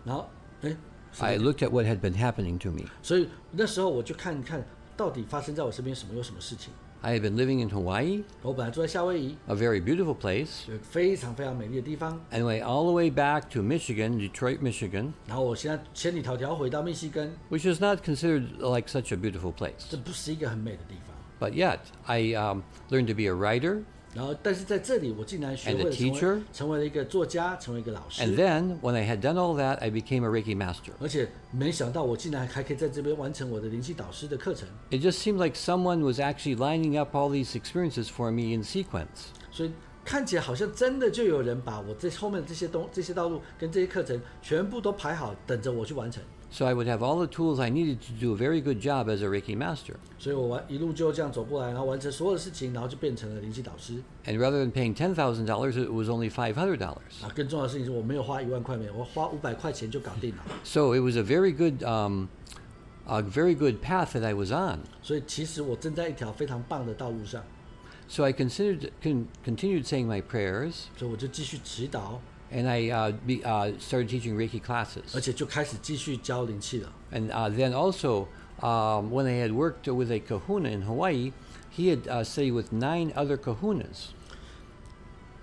Speaker 2: 然后，哎，是
Speaker 3: I looked at what had been happening to me.
Speaker 2: 所以那时候我就看一看到底发生在我身边什么有什么事情。
Speaker 3: I had been living in Hawaii,
Speaker 2: 我本来住在夏威夷，
Speaker 3: a very beautiful place,
Speaker 2: 有一个非常非常美丽的地方，
Speaker 3: and went all the way back to Michigan, Detroit, Michigan,
Speaker 2: 然后我现在千里迢迢回到密西根，
Speaker 3: which is not considered like such a beautiful place.
Speaker 2: 这不是一个很美的地方。
Speaker 3: But yet, I um, learned to be a writer,
Speaker 2: 然后，但是在这里，我竟然学
Speaker 3: And
Speaker 2: 会
Speaker 3: a
Speaker 2: 了成
Speaker 3: teacher?
Speaker 2: 为成为了一个作家，成为一个老
Speaker 3: and
Speaker 2: 师，
Speaker 3: then when I had done all that, I became a Reiki master.
Speaker 2: 而且没想到我竟然还可以在这边完成我的灵气导师的课程。
Speaker 3: It just seemed like someone was actually lining up all these experiences for me in sequence.
Speaker 2: 所以看起来好像真的就有人把我这后面的这些东这些道路跟这些课程全部都排好，等着我去完成。
Speaker 3: so I would have all the tools I needed to do a very good job as a Reiki master.
Speaker 2: 所以我完一路就这样走过来，然后完成所有的事情，然后就变成了灵气导师
Speaker 3: And rather than paying $10,000, it was only $500.
Speaker 2: 啊。更重要的事情是我没有花一万块美，我花五百块钱就搞定了。
Speaker 3: So it was a very good, um, a very good path that I was on.
Speaker 2: 所以其实我正在一条非常棒的道路上，
Speaker 3: So I considered, con- continued saying my prayers,
Speaker 2: 所以我就继续祈祷，
Speaker 3: and I uh, be, uh, started teaching Reiki
Speaker 2: 而
Speaker 3: classes.
Speaker 2: 且就开始继续教灵气了。
Speaker 3: And uh, then also, um, when I had worked with a kahuna in Hawaii, he had uh, studied with nine other kahunas.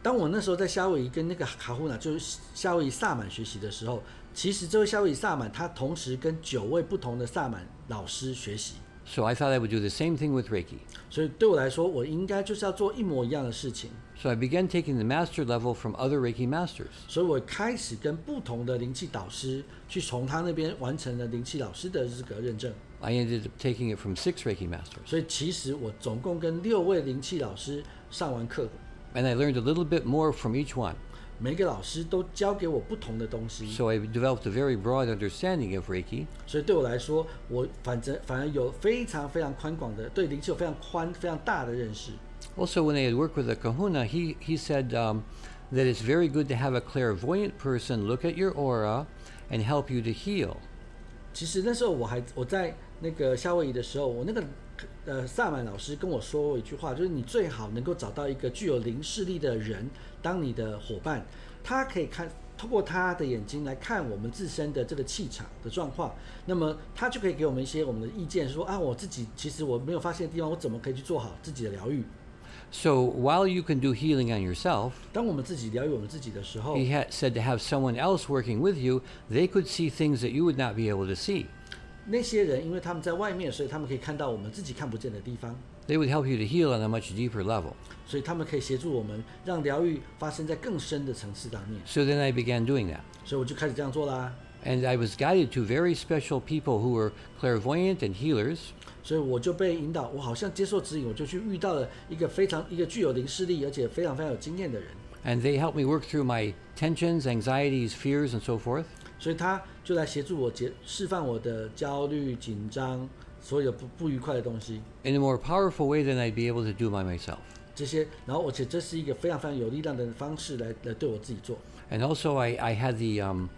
Speaker 2: 当我那时候在夏威夷跟那个卡胡纳，就是夏威夷萨满学习的时候，其实这位夏威夷萨满他同时跟九位不同的萨满老师学习，
Speaker 3: So I thought I would do the same thing with Reiki.
Speaker 2: 所以对我来说，我应该就是要做一模一样的事情。
Speaker 3: So I began taking the master level from other Reiki masters.
Speaker 2: 所以我开始跟不同的灵气导师去从他那边完成了灵气老师的资格认证，
Speaker 3: I ended up taking it from six Reiki masters.
Speaker 2: 所以其实我总共跟六位灵气老师上完课，
Speaker 3: And I learned a little bit more from each one.
Speaker 2: 每个老师都教给我不同的东西，
Speaker 3: So I developed a very broad understanding of Reiki.
Speaker 2: 所以对我来说，我反正反而有非常非常宽广的对灵气有非常宽非常大的认识。
Speaker 3: Also, when I had worked with a kahuna, he, he said um, that it's very good to have a clairvoyant person look at your aura and help you to heal.
Speaker 2: 其实那时候我还我在那个夏威夷的时候，我那个呃萨满老师跟我说过一句话，就是你最好能够找到一个具有灵视力的人当你的伙伴，他可以看透过他的眼睛来看我们自身的这个气场的状况，那么他就可以给我们一些我们的意见，说啊我自己其实我没有发现的地方，我怎么可以去做好自己的疗愈？
Speaker 3: So while you can do healing on yourself,
Speaker 2: 当我们自己疗愈我们自己的时候，
Speaker 3: he ha- said to have someone else working with you, they could see things that you would not be able to see.
Speaker 2: 那些人因为他们在外面，所以他们可以看到我们自己看不见的地方。
Speaker 3: They would help you to heal on a much deeper level.
Speaker 2: 所以他们可以协助我们，让疗愈发生在更深的层次上面。
Speaker 3: So then I began doing that.
Speaker 2: 所以我就开始这样做啦。
Speaker 3: And I was guided to very special people who were clairvoyant and healers.
Speaker 2: 所以我就被引导，我好像接受指引，我就去遇到了一个非常一个具有灵视力，而且非常非常有经验的人。
Speaker 3: And they helped me work through my tensions, anxieties, fears, and so forth.
Speaker 2: 所以他就来协助我解释放我的焦虑、紧张，所有不不愉快的东西。
Speaker 3: in a more powerful way than I'd be able to do by myself.
Speaker 2: 这些，然后而且这是一个非常非常有力量的方式来来对我自己做，
Speaker 3: And also, I, I had the um,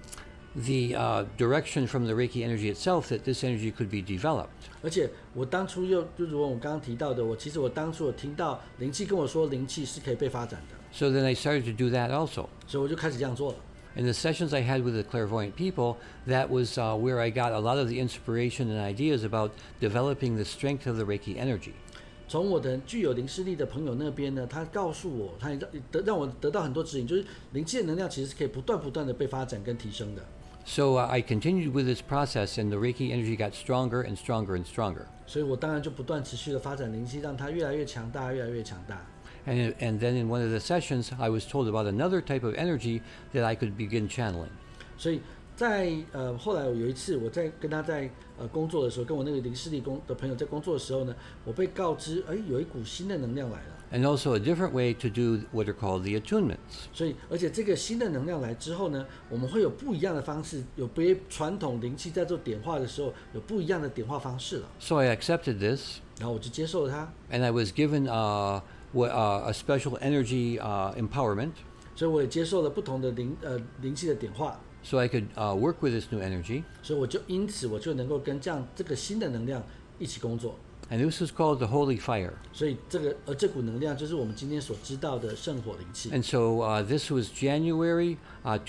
Speaker 3: the uh, direction from the Reiki energy itself that this energy could be developed.
Speaker 2: 而且我当初又就如我刚刚提到的，我其实我当初有听到灵气跟我说灵气是可以被发展的，
Speaker 3: So then I started to do that also.
Speaker 2: 所以我就开始这样做了。
Speaker 3: In the sessions I had with the clairvoyant people, that was uh, where I got a lot of the inspiration and ideas about developing the strength of the Reiki energy.
Speaker 2: 从我的具有灵视力的朋友那边呢，他告诉我，他也得让我得到很多指引，就是灵气的能量其实是可以不断不断的被发展跟提升的。
Speaker 3: So uh, I continued with this process, and the Reiki energy got stronger and stronger and stronger.
Speaker 2: 所以我当然就不断持续的发展灵气，让它越来越强大，越来越强大。
Speaker 3: And, and then in one of the sessions, I was told about another type of energy that I could begin channeling.
Speaker 2: 所以在呃后来我有一次我在跟他在呃工作的时候，跟我那个灵视力工的朋友在工作的时候呢，我被告知，哎，有一股新的能量来了。
Speaker 3: and also a different way to do what are called the attunements.
Speaker 2: 所以，而且这个新的能量来之后呢，我们会有不一样的方式，有别传统灵气在做点化的时候有不一样的点化方式了。
Speaker 3: So I accepted this,
Speaker 2: 然后我就接受了它，
Speaker 3: and I was given uh, wha- uh, a special energy uh, empowerment
Speaker 2: 所以我也接受了不同的灵呃灵气的点化，
Speaker 3: so I could uh, work with this new energy.
Speaker 2: 所以我就因此我就能够跟这样这个新的能量一起工作，
Speaker 3: And this was called the holy fire.
Speaker 2: 所以这个而呃这股能量就是我们今天所知道的圣火灵气。
Speaker 3: And so uh, this was January uh,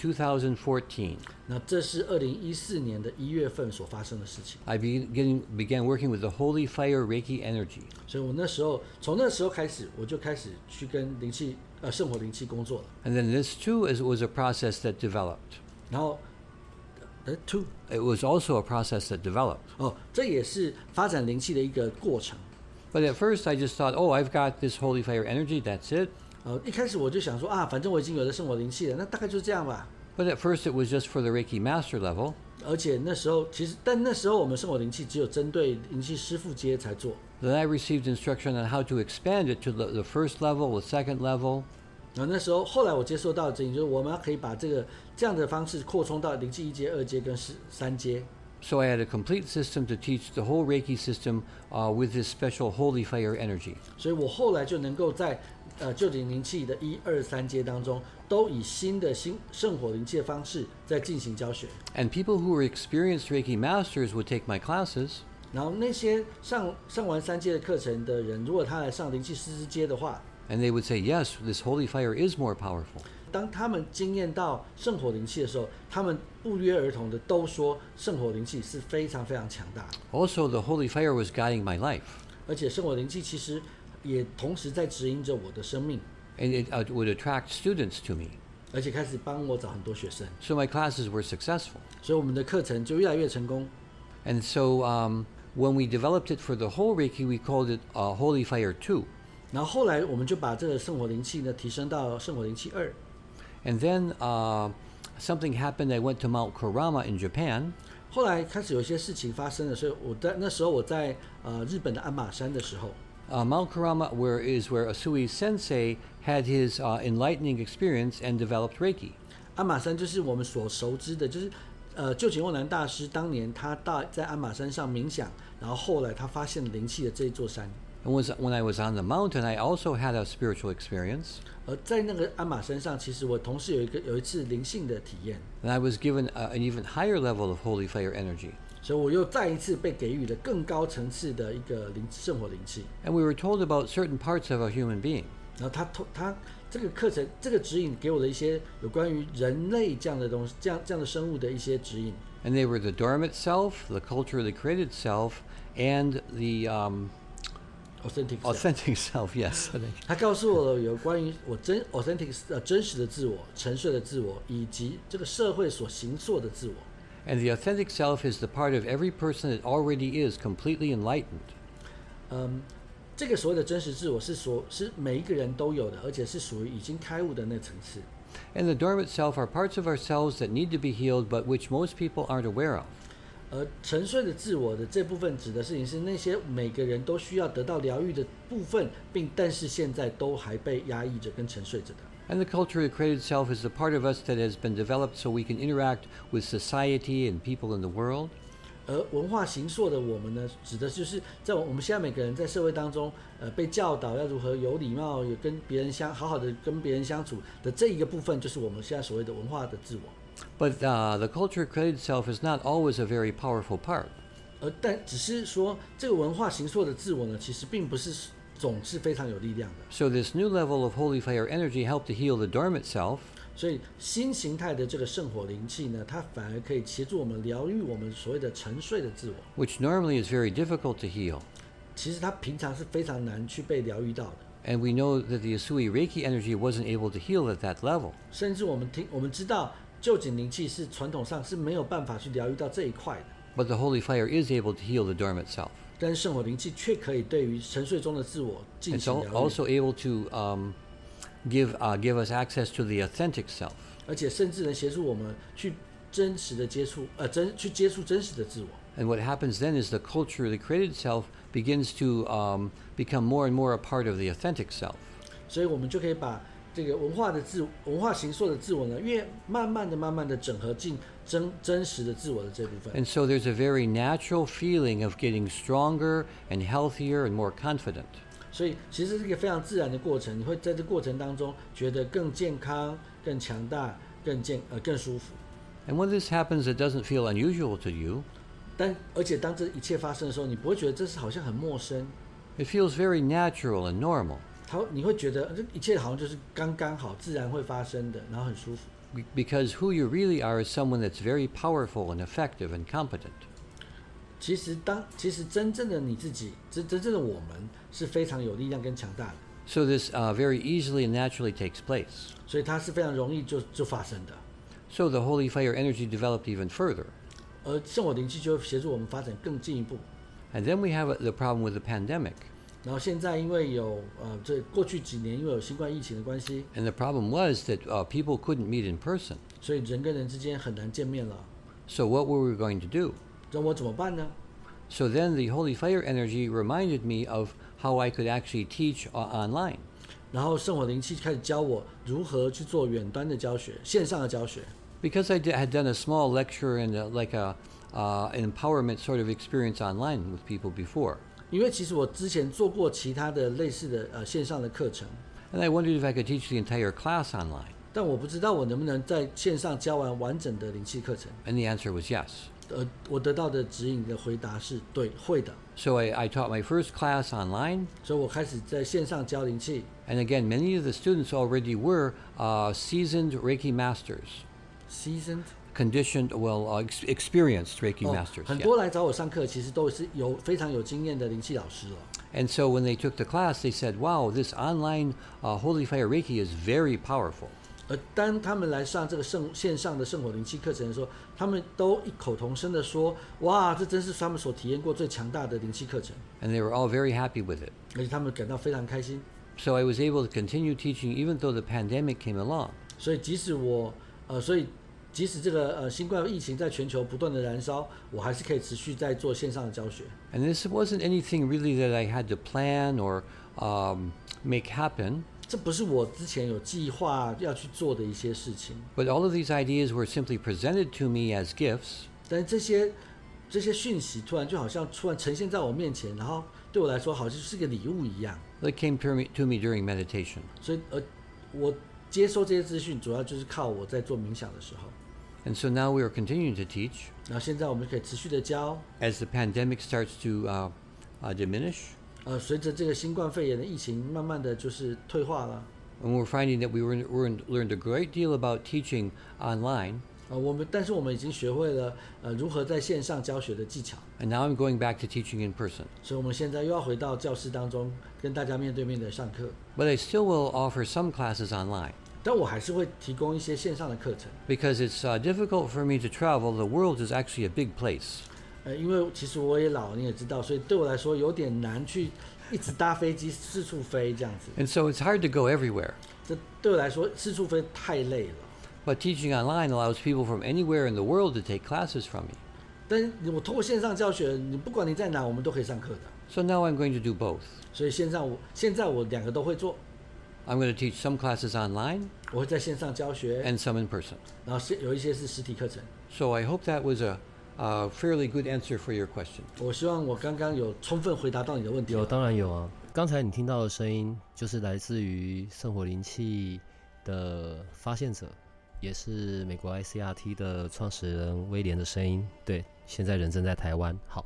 Speaker 3: 2014.
Speaker 2: 那这是二零一四年的一月份所发生的事情，
Speaker 3: I begin, began working with the holy fire Reiki energy.
Speaker 2: 所以我那时候从那时候开始，我就开始去跟灵气呃圣火灵气工作了，
Speaker 3: And then this too is, was a process that developed.
Speaker 2: 然后呃 two
Speaker 3: It was also a process that developed.
Speaker 2: 哦，这也是发展灵气的一个过程。
Speaker 3: But at first I just thought, oh, I've got this holy fire energy, that's it.
Speaker 2: 呃，一开始我就想说啊，反正我已经有了圣火灵气了，那大概就这样吧。
Speaker 3: But at first, it was just for the Reiki master level,
Speaker 2: 而且那时候其实，但那时候我们生活灵气只有针对灵气师傅阶才做，
Speaker 3: Then I received instruction on how to expand it to the, the first level, the second level,
Speaker 2: 然后那时候后来我接受到的指引就是我们要可以把这个这样的方式扩充到灵气一阶、二阶跟十三阶，
Speaker 3: So I had a complete system to teach the whole Reiki system uh, with this special holy fire energy.
Speaker 2: 所以我后来就能够在呃旧景灵气的一二三阶当中，都以新的新圣火灵气的方式在进行教学。
Speaker 3: And people who were experienced Reiki masters would take my classes,
Speaker 2: 然后那些上上完三阶的课程的人，如果他来上灵气师资阶的话，
Speaker 3: and they would say, Yes, this holy fire is more powerful.
Speaker 2: 当他们惊艳到圣火灵气的时候，他们不约而同的都说圣火灵气是非常非常强大，
Speaker 3: Also, the holy fire was guiding my life,
Speaker 2: 而且圣火灵气其实也同时在指引着我的生命，
Speaker 3: and it uh, would attract students to me.
Speaker 2: 而且开始帮我找很多学生，
Speaker 3: So my classes were successful.
Speaker 2: 所以我们的课程就越来越成功。
Speaker 3: And so um, when we developed it for the whole Reiki, we called it uh, Holy Fire 2.
Speaker 2: 然后后来我们就把这个圣火灵气呢提升到圣火灵气二，
Speaker 3: And then uh, something happened. I went to Mount Kurama in Japan,
Speaker 2: 后来开始有一些事情发生了，所以我在那时候我在呃日本的鞍马山的时候，
Speaker 3: uh, Mount Kurama, where is where Asui Sensei had his uh, enlightening experience and developed Reiki.
Speaker 2: 鞍马山就是我们所熟知的，就是呃旧井沃南大师当年他大在鞍马山上冥想，然后后来他发现灵气的这一座山，
Speaker 3: And was, when I was on the mountain, I also had a spiritual experience,
Speaker 2: 而在那个鞍马山上，其实我同时有一个有一次灵性的体验，
Speaker 3: and I was given uh, an even higher level of holy fire energy.
Speaker 2: 所以我又再一次被给予了更高层次的一个灵圣火灵气。
Speaker 3: And we were told about certain parts of a human being.
Speaker 2: 然后他透他这个课程这个指引给我的一些有关于人类这样的东西，这样这样的生物的一些指引，
Speaker 3: And they were the dormant self, the culturally created self, and the um,
Speaker 2: authentic self。
Speaker 3: authentic self, yes.
Speaker 2: 他告诉我了有关于我真 authentic 呃真实的自我、沉睡的自我，以及这个社会所形塑的自我。
Speaker 3: and the authentic self is the part of every person that already is completely enlightened.
Speaker 2: 这个所谓的真实自我是所是每一个人都有的，而且是属于已经开悟的那层次。
Speaker 3: And the dormant self are parts of ourselves that need to be healed, but which most people aren't aware of.
Speaker 2: 而沉睡的自我的这部分指的事情是那些每个人都需要得到疗愈的部分，并但是现在都还被压抑着跟沉睡着的。
Speaker 3: And the culturally created self is the part of us that has been developed so we can interact with society and people in the world.
Speaker 2: 而文化形塑的我们呢，指的就是在我们现在每个人在社会当中，呃，被教导要如何有礼貌，有跟别人相好好的跟别人相处的这一个部分，就是我们现在所谓的文化的自我。
Speaker 3: But uh, the culturally created self is not always a very powerful part.
Speaker 2: 而但只是说这个文化形塑的自我呢，其实并不是总是非常有力量的。
Speaker 3: So this new level of holy fire energy helped to heal the dormant self,
Speaker 2: 所以新形态的这个圣火灵气呢，它反而可以协助我们疗愈我们所谓的沉睡的自我。
Speaker 3: which normally is very difficult to heal.
Speaker 2: 其实它平常是非常难去被疗愈到的。
Speaker 3: And we know that the Asui Reiki energy wasn't able to heal at that level.
Speaker 2: 甚至我们听我们知道，旧井灵气是传统上是没有办法去疗愈到这一块的。
Speaker 3: But the holy fire is able to heal the dormant self.
Speaker 2: 但是圣火灵气却可以对于沉睡中的自我进
Speaker 3: It's
Speaker 2: 行
Speaker 3: al-
Speaker 2: 疗愈，
Speaker 3: 哎 also able to um, give, uh, give us access to the authentic self.
Speaker 2: 而且甚至能协助我们去真实的接触，呃，真去接触真实的自我。
Speaker 3: And what happens then is the culturally created self begins to um, become more and more a part of the authentic self.
Speaker 2: 所以我们就可以把这个文化的自文化形塑的自我呢，越慢慢的、慢慢的整合进真真实的自我的这部分。
Speaker 3: And so there's a very natural feeling of getting stronger and healthier and more confident.
Speaker 2: 所以其实是一个非常自然的过程，你会在这过程当中觉得更健康、更强大、更健呃更舒服。
Speaker 3: And when this happens, it doesn't feel unusual to you.
Speaker 2: 但而且当这一切发生的时候，你不会觉得这是好像很陌生，
Speaker 3: It feels very natural and normal
Speaker 2: 他你会觉得这嗯一切好像就是刚刚好，自然会发生的，然后很舒服。
Speaker 3: be- because who you really are is someone that's very powerful and effective and competent.
Speaker 2: 其实当其实真正的你自己，真真正的我们是非常有力量跟强大的，
Speaker 3: So this uh, very easily and naturally takes place.
Speaker 2: 所以它是非常容易就就发生的。
Speaker 3: So the holy fire energy developed even further.
Speaker 2: 而圣火灵气就会协助我们发展更进一步。
Speaker 3: And then we have the problem with the pandemic.
Speaker 2: 然后现在因为有呃这过去几年因为有新冠疫情的关系，
Speaker 3: And the problem was that uh, people couldn't meet in person.
Speaker 2: 所以人跟人之间很难见面了。
Speaker 3: So what were we going to do?
Speaker 2: 那我怎么办呢？
Speaker 3: So then the holy fire energy reminded me of how I could actually teach uh, online.
Speaker 2: 然后圣火灵气开始教我如何去做远端的教学、线上的教学。
Speaker 3: Because I d- had done a small lecture and uh, like a, uh, an empowerment sort of experience online with people before.
Speaker 2: 因为其实我之前做过其他的类似的呃线上的课程，
Speaker 3: And I wondered if I could teach the entire class online.
Speaker 2: 但我不知道我能不能在线上教完完整的灵气课程。
Speaker 3: And the answer was yes.
Speaker 2: 呃，我得到的指引的回答是对，会的。
Speaker 3: So I, I taught my first class online.
Speaker 2: 所以我开始在线上教灵气。
Speaker 3: And again, many of the students already were uh, seasoned Reiki masters,
Speaker 2: Seasoned，
Speaker 3: conditioned, well, uh, ex- experienced Reiki
Speaker 2: 哦
Speaker 3: masters.
Speaker 2: 很
Speaker 3: yeah.
Speaker 2: 多来找我上课，其实都是有非常有经验的灵气老师了。哦
Speaker 3: And so when they took the class, they said, wow, this online uh, Holy Fire Reiki is very powerful.
Speaker 2: 而当他们来上这个圣线上的圣火灵气课程的时候，他们都异口同声的说：“哇，这真是他们所体验过最强大的灵气课程。
Speaker 3: And they were all very happy with it. ”
Speaker 2: 而且他们感到非常开心。
Speaker 3: So I was able to continue teaching even though the pandemic came along.
Speaker 2: 所以即使我呃，所以即使这个呃新冠疫情在全球不断的燃烧，我还是可以持续在做线上的教学。
Speaker 3: And this wasn't anything really that I had to plan or um, make happen,
Speaker 2: 这不是我之前有计划要去做的一些事情，
Speaker 3: but all of these ideas were simply presented to me as gifts.
Speaker 2: 但是这些这些讯息突然就好像突然呈现在我面前，然后对我来说好像是个礼物一样。
Speaker 3: that came to me, to me during meditation.
Speaker 2: 所以呃，我接收这些资讯主要就是靠我在做冥想的时候。
Speaker 3: And so now we are continuing to teach.
Speaker 2: 然后现在我们可以持续的教，
Speaker 3: As the pandemic starts to uh, uh, diminish,
Speaker 2: 呃，随着这个新冠肺炎的疫情慢慢的就是退化了，
Speaker 3: and we're finding that we were, were learned a great deal about teaching online.
Speaker 2: 呃，我们但是我们已经学会了呃如何在线上教学的技巧，
Speaker 3: And now I'm going back to teaching in person.
Speaker 2: 所以我们现在又要回到教室当中跟大家面对面的上课，
Speaker 3: But I still will offer some classes online
Speaker 2: 但我还是会提供一些线上的课程，
Speaker 3: because it's uh, difficult for me to travel. The world is actually a big place.
Speaker 2: 呃，因为其实我也老，你也知道，所以对我来说有点难去一直搭飞机四处飞这样子，
Speaker 3: And so it's hard to go everywhere.
Speaker 2: 这对我来说四处飞太累了。
Speaker 3: But teaching online allows people from anywhere in the world to take classes from me.
Speaker 2: 但是我通过线上教学，你不管你在哪，我们都可以上课的。
Speaker 3: So now I'm going to do both.
Speaker 2: 所以线上我现在我两个都会做，
Speaker 3: I'm going to teach some classes online
Speaker 2: 我会在线上教学，
Speaker 3: and some in person.
Speaker 2: 然后是有一些是实体课程。
Speaker 3: So I hope that was a, a fairly good answer for your question.
Speaker 2: 我希望我刚刚有充分回答到你的问题了。
Speaker 1: 有，当然有啊。刚才你听到的声音，就是来自于圣火灵气的发现者，也是美国 ICRT 的创始人威廉的声音。对，现在人正在台湾。好，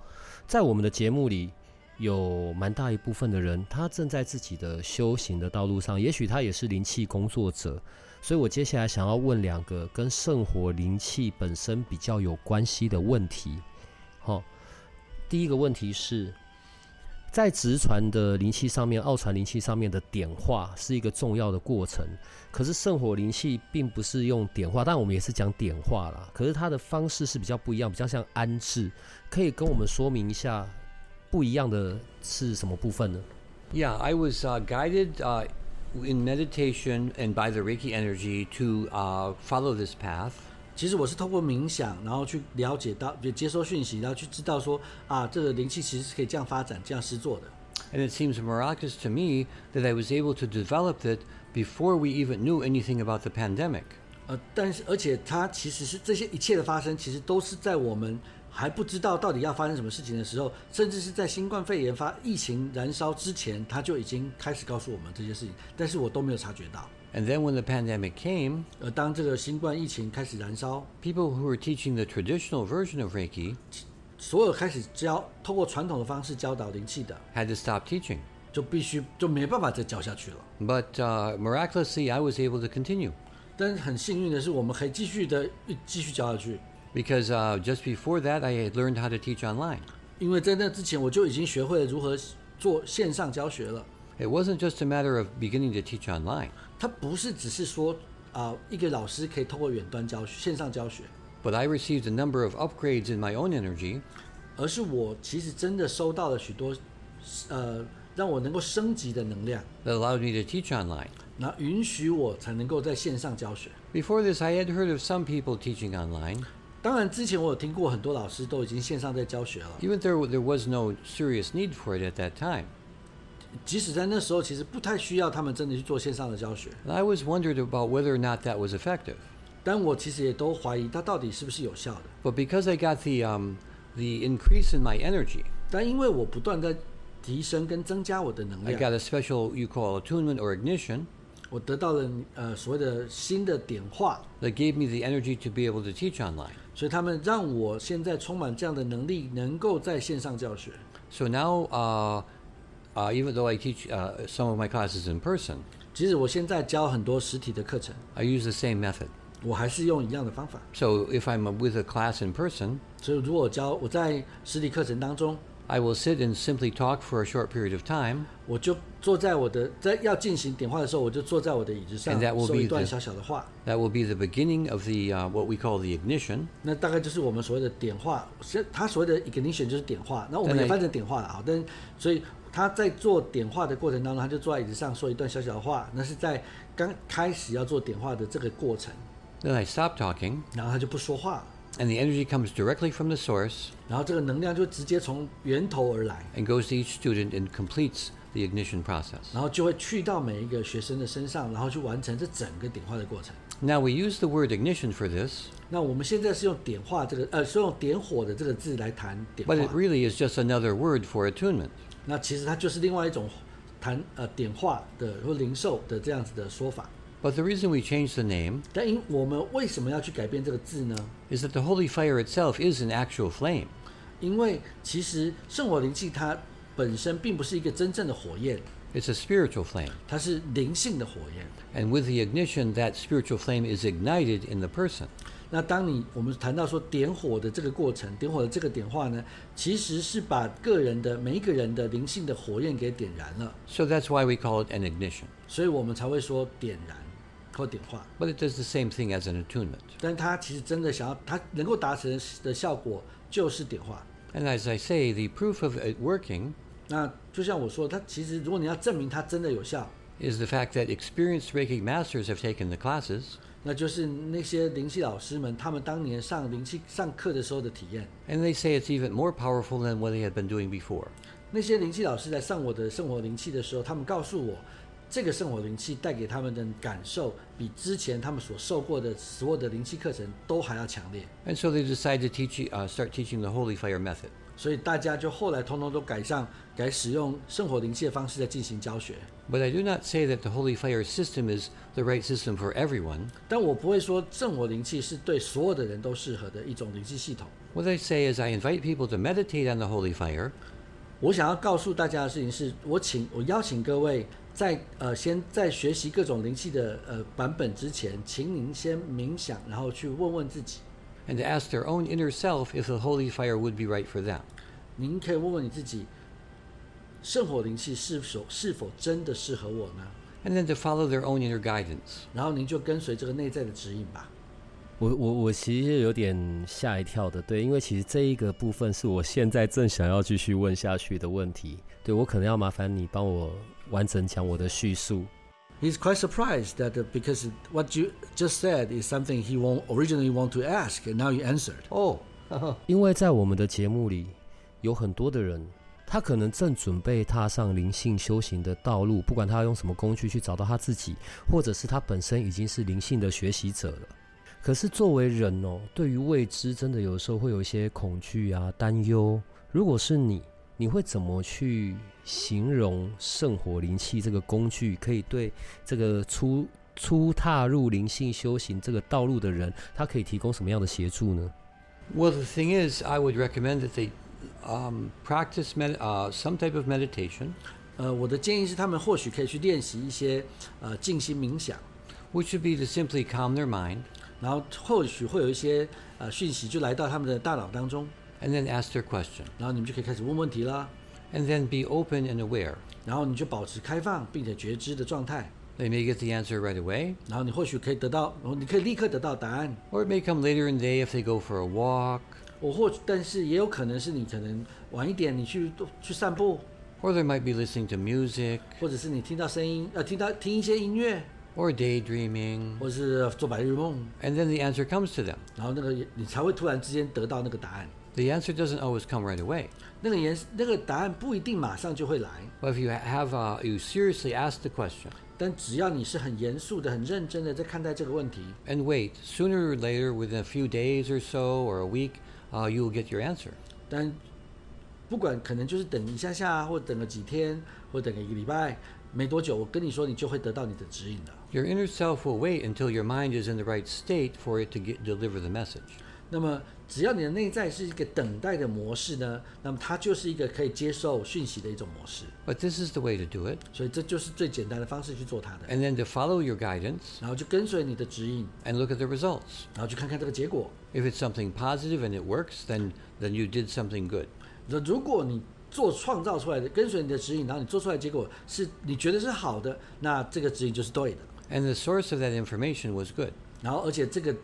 Speaker 1: 在我们的节目里，有蛮大一部分的人，他正在自己的修行的道路上，也许他也是灵气工作者。所以我接下来想要问两个跟圣火灵气本身比较有关系的问题。好、第一个问题是，在直传的灵气上面，奥传灵气上面的点化是一个重要的过程。可是圣火灵气并不是用点化，但我们也是讲点化啦。可是它的方式是比较不一样，比较像安置。可以跟我们说明一下不一样的是什么部分呢？
Speaker 3: Yeah, I was uh, guided uh, in meditation and by the Reiki energy to uh, follow this path.
Speaker 2: 其实我是通过冥想，然后去了解到，也接收讯息，然后去知道说啊，这个灵气其实是可以这样发展、这样施做的。
Speaker 3: And it seems miraculous to me that I was able to develop it before we even knew anything about the pandemic.
Speaker 2: 呃，但是而且它其实是这些一切的发生，其实都是在我们还不知道到底要发生什么事情的时候，甚至是在新冠肺炎发疫情燃烧之前，它就已经开始告诉我们这些事情，但是我都没有察觉到。
Speaker 3: And then when the pandemic came,
Speaker 2: 呃，当这个新冠疫情开始燃烧，
Speaker 3: people who were teaching the traditional version of Reiki
Speaker 2: 所有开始教通过传统的方式教导灵气的，
Speaker 3: had to stop teaching.
Speaker 2: 就必须就没办法再教下去了。
Speaker 3: But uh, miraculously, I was able to continue.
Speaker 2: 但是很幸运的是，我们可以继续的继续教下去，
Speaker 3: Because uh, just before that, I had learned how to teach online.
Speaker 2: 因为在那之前我就已经学会了如何做线上教学了。
Speaker 3: It wasn't just a matter of beginning to teach online,
Speaker 2: 它不是只是说啊、一个老师可以通过远端教学、线上教学，
Speaker 3: but I received a number of upgrades in my own energy
Speaker 2: 而是我其实真的收到了许多呃让我能够升级的能量，
Speaker 3: that allowed me to teach online.
Speaker 2: 那允许我才能够在线上教学。
Speaker 3: Before this, I had heard of some people teaching online,
Speaker 2: 当然，之前我有听过很多老师都已经线上在教学了，
Speaker 3: even though there was no serious need for it at that time.
Speaker 2: 即使在那时候，其实不太需要他们真的去做线上的教学。
Speaker 3: And I was wondered about whether or not that was effective.
Speaker 2: 但我其实也都怀疑它到底是不是有效的。
Speaker 3: But because I got the um, the increase in my energy,
Speaker 2: 但因为我不断在提升跟增加我的能
Speaker 3: I
Speaker 2: 量，
Speaker 3: got a special you call attunement or ignition
Speaker 2: 我得到了呃所谓的新的点化，
Speaker 3: that gave me the energy to be able to teach online.
Speaker 2: 所以他们让我现在充满这样的能力，能够在线上教学。
Speaker 3: So now, uh, uh, even though I teach uh, some of my classes in person,
Speaker 2: 即使我现在教很多实体的课程，
Speaker 3: I use the same method.
Speaker 2: 我还是用一样的方法。
Speaker 3: So if I'm with a class in person,
Speaker 2: 所以如果我教我在实体课程当中，
Speaker 3: I will sit and simply talk for a short period of time,
Speaker 2: 我就坐在我的在要进行点化的时候，我就哎坐在我的椅子上
Speaker 3: And that will be
Speaker 2: 说一段
Speaker 3: the-
Speaker 2: 小小的话。
Speaker 3: That will be the beginning of the uh, what we call the ignition.
Speaker 2: 那大概就是我们所谓的点化，是它所谓的 ignition 就是点化，那我们
Speaker 3: 对
Speaker 2: 也翻成点化了啊。但所以他在做点化的过程当中，他就坐在椅子上说一段小小的话，那是在刚开始要做点化的这个过程，
Speaker 3: Then I stop talking,
Speaker 2: 然后他就不说话了，
Speaker 3: and the energy comes directly from the source
Speaker 2: 然后这个能量就直接从源头而来，
Speaker 3: and goes to each student and completes the ignition process.
Speaker 2: 然后就会去到每一个学生的身上，然后去完成这整个点化的过程。
Speaker 3: Now we use the word ignition for this,
Speaker 2: 那我们现在是用点化这个，呃，是用点火的这个字来谈点
Speaker 3: but it
Speaker 2: 化。
Speaker 3: really is just another word for attunement.
Speaker 2: 那其实它就是另外一种谈呃点化的或零售的这样子的说法。
Speaker 3: But the reason we changed the name
Speaker 2: 但因我们为什么要去改变这个字呢？
Speaker 3: is that the holy fire itself is an actual flame.
Speaker 2: 因为其实圣火灵气它本身并不是一个真正的火焰，
Speaker 3: It's a spiritual flame.
Speaker 2: 它是灵性的火焰。
Speaker 3: And with the ignition, that spiritual flame is ignited in the person.
Speaker 2: 那当你我们谈到说点火的这个过程，点火的这个点化呢，其实是把个人的每一个人的灵性的火焰给点燃了，
Speaker 3: So that's why we call it an ignition.
Speaker 2: 所以我们才会说点燃或点化。
Speaker 3: But it does the same thing as an attunement.
Speaker 2: 但它其实真的想要，它能够达成的效果就是点化。
Speaker 3: And as I say, the proof of it working
Speaker 2: 那就像我说，它其实如果你要证明它真的有效，
Speaker 3: is the fact that experienced Reiki masters have taken the classes
Speaker 2: 那就是那些灵气老师们他们当年上灵气上课的时候的体验。
Speaker 3: and they say it's even more powerful than what they had been doing before.
Speaker 2: 那些灵气老师在上我的圣火灵气的时候，他们告诉我，这个圣火灵气带给他们的感受，比之前他们所受过的所有的灵气课程都还要强烈。
Speaker 3: And so they decide to teach, uh, start teaching the Holy Fire method.
Speaker 2: 所以大家就后来通通都改上改使用圣火灵气的方式在进行教学。
Speaker 3: But I do not say that the Holy Fire system is the right system for everyone.
Speaker 2: 但我不会说圣火灵气是对所有的人都适合的一种灵气系统。
Speaker 3: What I say is I invite people to meditate on the Holy Fire
Speaker 2: 我想要告诉大家的事情是，我请我邀请各位在呃先在学习各种灵气的呃版本之前，请您先冥想，然后去问问自己，
Speaker 3: and to ask their own inner self if the Holy Fire would be right for them.
Speaker 2: 您可以问问你自己，圣火灵气是否是否真的适合我呢？
Speaker 3: And then to follow their own inner guidance.
Speaker 2: 然后您就跟随这个内在的指引吧。
Speaker 1: 我我我其实有点吓一跳的，对，因为其实这一个部分是我现在正想要继续问下去的问题，对我可能要麻烦你帮我完整讲我的叙述。
Speaker 2: He's quite surprised that uh, because what you just said is something he won't originally want to ask, and now you answered.
Speaker 3: Oh,
Speaker 1: 因为在我们的节目里，有很多的人，他可能正准备踏上灵性修行的道路，不管他用什么工具去找到他自己，或者是他本身已经是灵性的学习者了。可是作为人哦，对于未知，真的有时候会有一些恐惧啊、担忧。如果是你，你会怎么去形容圣火灵气这个工具，可以对这个初初踏入灵性修行这个道路的人，他可以提供什么样的协助呢？
Speaker 3: Well, the thing is, I would recommend that they um, practice med- uh, some type of meditation,
Speaker 2: 呃，我的建议是，他们或许可以去练习一些呃静心冥想。
Speaker 3: which would be to simply calm their mind
Speaker 2: 然后或许会有一些呃讯息就来到他们的大脑当中，
Speaker 3: and then ask their question,
Speaker 2: 然后你们就可以开始问问题啦，
Speaker 3: and then be open and aware.
Speaker 2: 然后你就保持开放并且觉知的状态，
Speaker 3: They may get the answer right away,
Speaker 2: 然后你或许可以得到，然后你可以立刻得到答案。
Speaker 3: or it may come later in the day if they go for a walk,
Speaker 2: 我或许，但是也有可能是你可能晚一点，你去去散步，
Speaker 3: or they might be listening to music,
Speaker 2: 或者是你听到声音，呃，听到听一些音乐，
Speaker 3: or daydreaming,
Speaker 2: 或者是做白日梦，
Speaker 3: and then the answer comes to them.
Speaker 2: 然后那个也你才会突然之间得到那个答案。
Speaker 3: The answer doesn't always come right away.
Speaker 2: 那个颜那个答案不一定马上就会来，
Speaker 3: But if you have uh, you seriously ask the question,
Speaker 2: 但只要你是很严肃的、很认真的在看待这个问题，
Speaker 3: And wait, sooner or later, within a few days or so, or a week, uh, you will get your answer.
Speaker 2: 但不管可能就是等一下下，或等个几天，或等个一个礼拜，没多久，我跟你说，你就会得到你的指引了。
Speaker 3: Your inner self will wait until your mind is in the right state for it to get, deliver the message.
Speaker 2: 那么，只要你的内在是一个等待的模式呢，那么它就是一个可以接受讯息的一种模式，
Speaker 3: But this is the way to do it.
Speaker 2: 所以这就是最简单的方式去做它的。
Speaker 3: And then to follow your guidance
Speaker 2: 然后就跟随你的指引，
Speaker 3: and look at the results.
Speaker 2: 然后去看看这个结果。
Speaker 3: If it's something positive and it works, then, then you did something good.
Speaker 2: 那如果你做创造出来的，跟随你的指引，然后你做出来的结果是你觉得是好的，那这个指引就是对的。
Speaker 3: And the source of that information was good.
Speaker 2: 然后，而且这个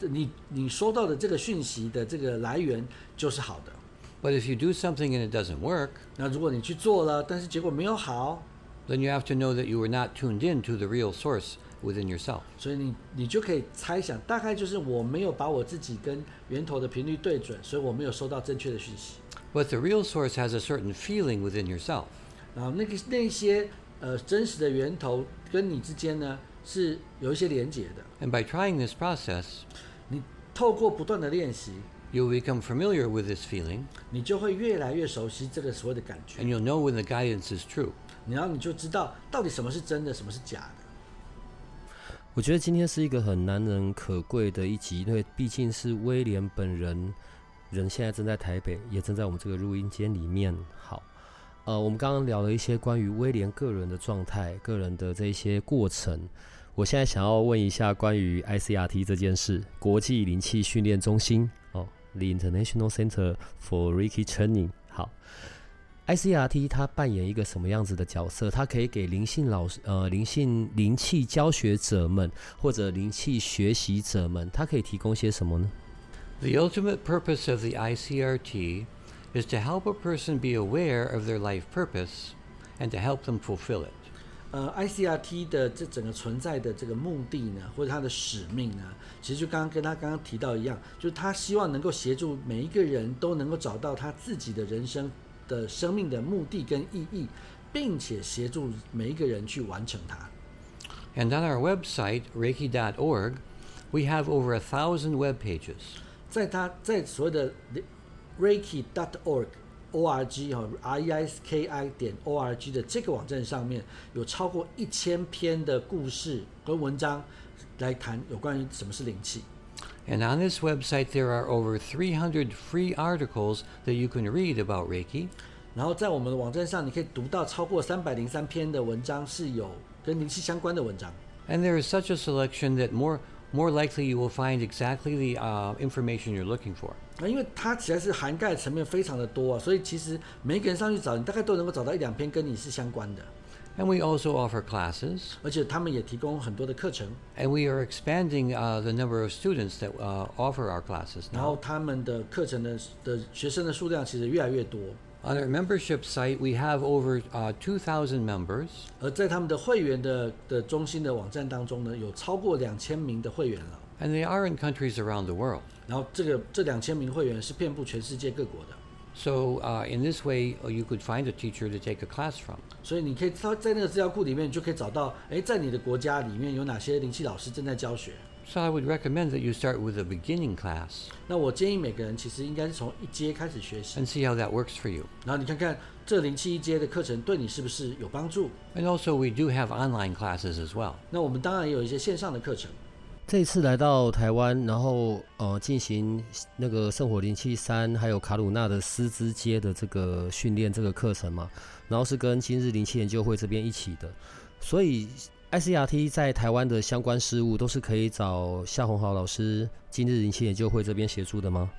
Speaker 2: 你你收到的这个讯息的这个来源就是好的。
Speaker 3: But if you do something and it doesn't work,
Speaker 2: 那如果你去做了，但是结果没有好，
Speaker 3: then you have to know that you were not tuned in to the real source within yourself.
Speaker 2: 所以你你就可以猜想，大概就是我没有把我自己跟源头的频率对准，所以我没有收到正确的讯息。
Speaker 3: But the real source has a certain feeling within yourself.
Speaker 2: 然后那个那些呃真实的源头跟你之间呢是有一些连结的。
Speaker 3: And by trying this process,
Speaker 2: 你透过不断的练习，
Speaker 3: you'll become familiar with this feeling
Speaker 2: 你就会越来越熟悉这个所谓的感觉
Speaker 3: and，you'll know when the guidance is true.
Speaker 2: 然后你就知道到底什么是真的，什么是假的。
Speaker 1: 我觉得今天是一个很难能可贵的一集，因为毕竟是威廉本人，人现在正在台北，也正在我们这个录音间里面。好，呃，我们刚刚聊了一些关于威廉个人的状态、个人的这些过程。我现在想要问一下关于 ICRT 这件事，国际灵气训练中心哦，The International Center for Reiki Training。好，ICRT 它扮演一个什么样子的角色？它可以给灵性老师、呃灵性灵气教学者们或者灵气学习者们，它可以提供些什么呢？
Speaker 3: The ultimate purpose of the ICRT is to help a person be aware of their life purpose and to help them fulfill it.
Speaker 2: 呃，ICRT 的这整个存在的这个目的呢，或者它的使命呢，其实就刚刚跟他刚刚提到一样，就是他希望能够协助每一个人都能够找到他自己的人生的生命的目的跟意义，并且协助每一个人去完成它。
Speaker 3: And on our website, reiki.org, we have over a thousand web pages.
Speaker 2: 在他在所谓的 reiki.org o r g 哈 r e i s k i 点 o r g 的这个网站上面，有超过一千篇的故事跟文章来谈有关于什么是灵气。
Speaker 3: And on this website, there are over 300 free articles that you can read about Reiki.
Speaker 2: 然后在我们的网站上，你可以读到超过三百零三篇的文章是有跟灵气相关的文章。
Speaker 3: And there is such a selection that more, more likely you will find exactly the uh, information you're looking for.
Speaker 2: 那因为它实在是涵盖层面非常的多啊，所以其实每一个人上去找，你大概都能够找到一两篇跟你是相关的，
Speaker 3: And we also offer classes,
Speaker 2: 而且他们也提供很多的课程。
Speaker 3: and we are expanding uh, the number of students that uh, offer our classes
Speaker 2: 然后
Speaker 3: now.
Speaker 2: 他们的课程的的学生的数量其实越来越多，
Speaker 3: On our membership site, we have over uh, 2,000 members,
Speaker 2: 而在他们的会员的的中心的网站当中呢，有超过两千名的会员了。
Speaker 3: and they are in countries around the world.
Speaker 2: 然后这个这两千名会员是遍布全世界各国的，
Speaker 3: So, uh, in this way, uh, you could find a teacher to take a class from.
Speaker 2: 所以你可以在在那个资料库里面，你就可以找到，哎，在你的国家里面有哪些灵气老师正在教学。
Speaker 3: So, I would recommend that you start with a beginning class
Speaker 2: 那我建议每个人其实应该是从一阶开始学习，
Speaker 3: and see how that works for you.
Speaker 2: 然后你看看这灵气一阶的课程对你是不是有帮助。
Speaker 3: And also, we do have online classes as well.
Speaker 2: 那我们当然也有一些线上的课程。
Speaker 1: 这一次来到台湾，然后呃进行那个圣火灵气山还有卡鲁纳的师资街的这个训练这个课程嘛，然后是跟今日灵气研究会这边一起的，所以 ICRT 在台湾的相关事务都是可以找夏红豪老师、今日灵气研究会这边协助的吗？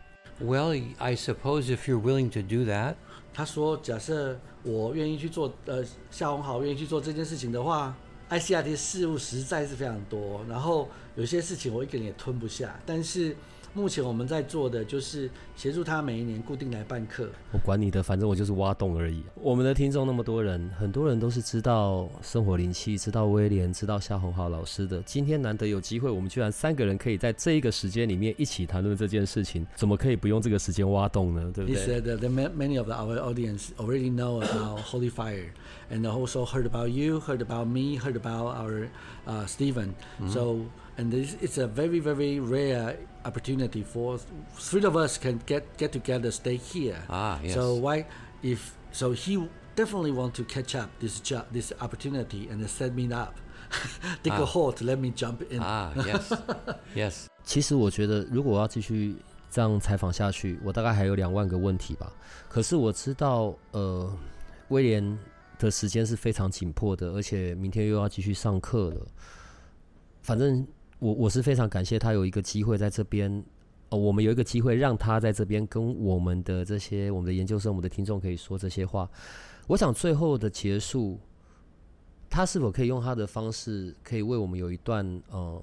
Speaker 3: Well, y- I suppose if you're willing to do that,
Speaker 2: 他说：“假设我愿意去做，呃，夏红好愿意去做这件事情的话，ICRT 事务实在是非常多，然后有些事情我一个人也吞不下。但是目前我们在做的就是协助他每一年固定来办课，
Speaker 1: 我管你的，反正我就是挖洞而已。我们的听众那么多人，很多人都是知道生活灵气，知道威廉，知道夏红浩老师的。今天难得有机会，我们居然三个人可以在这一个时间里面一起谈论这件事情，怎么可以不用这个时间挖洞呢？对不
Speaker 2: He
Speaker 1: 对？
Speaker 2: said that the, ma- many of our audience already know about Holy Fire and also heard about you, heard about me, heard about our uh, Stephen.
Speaker 3: Mm-hmm.
Speaker 2: So, and this, it's a very, very rare opportunity for us- three of us can get, get together, stay here.
Speaker 3: Ah, yes.
Speaker 2: So why, if, so he definitely want to catch up this job, this opportunity and set me up. Dig a hole to let me jump in.
Speaker 3: Ah, yes. yes.
Speaker 1: 其实我觉得，如果我要继续这样采访下去，我大概还有两万个问题吧。可是我知道，呃，威廉的时间是非常紧迫的，而且明天又要继续上课了。反正我我是非常感谢他有一个机会在这边，呃，我们有一个机会让他在这边跟我们的这些我们的研究生、我们的听众可以说这些话。我想最后的结束，他是否可以用他的方式，可以为我们有一段呃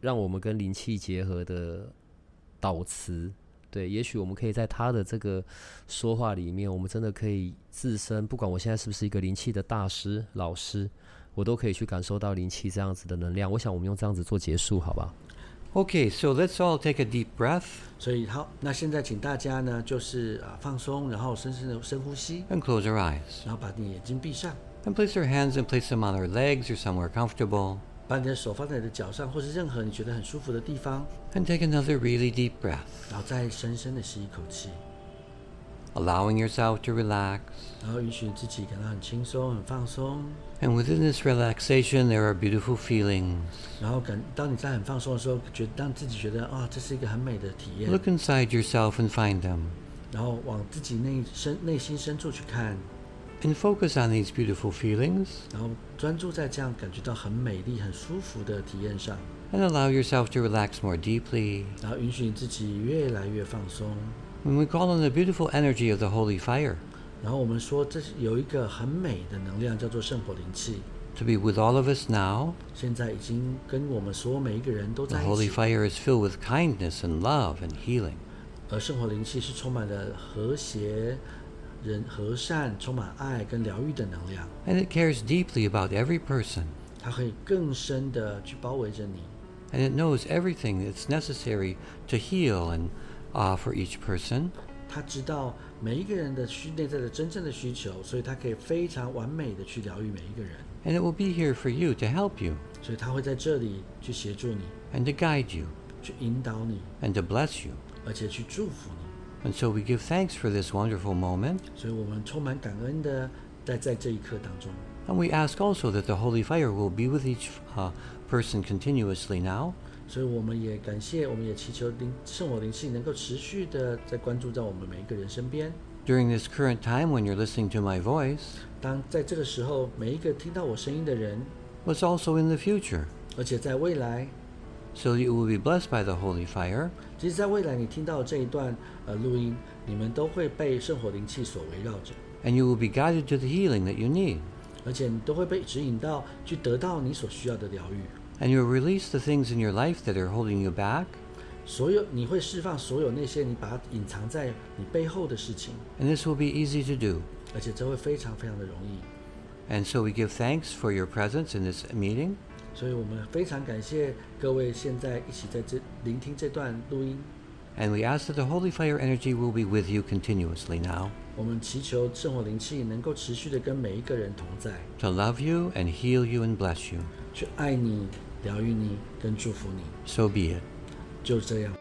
Speaker 1: 让我们跟灵气结合的导词。对，也许我们可以在他的这个说话里面，我们真的可以自身，不管我现在是不是一个灵气的大师、老师，我都可以去感受到灵气这样子的能量。我想我们用这样子做结束，好吧？
Speaker 3: Okay, so let's all take a deep breath
Speaker 2: 所以好，那现在请大家呢，就是啊、呃放松，然后深深的深呼吸，
Speaker 3: and close our eyes.
Speaker 2: 然后把你的眼睛闭上，
Speaker 3: And place our hands and place them on our legs or somewhere comfortable.
Speaker 2: 把你的手放在你的脚上，或是任何你觉得很舒服的地方，
Speaker 3: And take another really deep breath,
Speaker 2: 然后再深深的吸一口气，
Speaker 3: allowing yourself to relax.
Speaker 2: 然后允许自己感到很轻松、很放松。
Speaker 3: And within this relaxation, there are beautiful feelings.
Speaker 2: 然后感，当你在很放松的时候，觉让自己觉得啊、这是一个很美的体验。
Speaker 3: Look inside yourself and find them.
Speaker 2: 然后往自己内深内心深处去看，
Speaker 3: And focus on these beautiful feelings
Speaker 2: 然后专注在这样感觉到很美丽、很舒服的体验上，
Speaker 3: and allow yourself to relax more deeply.
Speaker 2: 然后允许你自己越来越放松。
Speaker 3: When we call on the beautiful energy of the holy fire
Speaker 2: 然后我们说，这是有一个很美的能量，叫做圣火灵气，
Speaker 3: to be with all of us now,
Speaker 2: 现在已经跟我们所有每一个人都
Speaker 3: the
Speaker 2: 在一
Speaker 3: holy
Speaker 2: 起。
Speaker 3: fire is filled with kindness and love and healing.
Speaker 2: 而圣火灵气是充满了和谐、人和善、充满爱跟疗愈的能量，
Speaker 3: And it cares deeply about every person.
Speaker 2: 它可以更深的去包围着你，
Speaker 3: And it knows everything that's necessary to heal and uh, for each person.
Speaker 2: 它知道每一个人的需内在的真正的需求，所以它可以非常完美的去疗愈每一个人，
Speaker 3: And it will be here for you to help you
Speaker 2: 所以它会在这里去协助你，
Speaker 3: and to guide you
Speaker 2: 去引导你，
Speaker 3: and to bless you.
Speaker 2: 而且去祝福你。
Speaker 3: And so we give thanks for this wonderful moment,
Speaker 2: 所以我们充满感恩的在在这一刻当中。
Speaker 3: and we ask also that the Holy Fire will be with each uh, person continuously now,
Speaker 2: 所以我们也感谢，我们也祈求灵圣火灵气能够持续的在关注到我们每一个人身边。
Speaker 3: during this current time when you're listening to my voice,
Speaker 2: 当在这个时候，每一个听到我声音的人，
Speaker 3: but also in the future,
Speaker 2: 而且在未来，
Speaker 3: so you will be blessed by the Holy Fire,
Speaker 2: 其实在未来你听到这一段呃录音，你们都会被圣火灵气所围绕着，
Speaker 3: and you will be guided to the healing that you need,
Speaker 2: 而且你都会被指引到去得到你所需要的疗愈。
Speaker 3: and you'll release the things in your life that are holding you back,
Speaker 2: 所有你会释放所有那些你把它隐藏在你背后的事情，
Speaker 3: and this will be easy to do.
Speaker 2: 而且这会非常非常的容易。
Speaker 3: And so we give thanks for your presence in this meeting,
Speaker 2: 所以我们非常感谢各位现在一起在这聆听这段录音。
Speaker 3: and we ask that the Holy Fire energy will be with you continuously now.
Speaker 2: 我们祈求圣火灵气能够持续的跟每一个人同在，
Speaker 3: to love you and heal you and bless you.
Speaker 2: 去爱你、疗愈你跟祝福你，
Speaker 3: So be it.
Speaker 2: 就这样。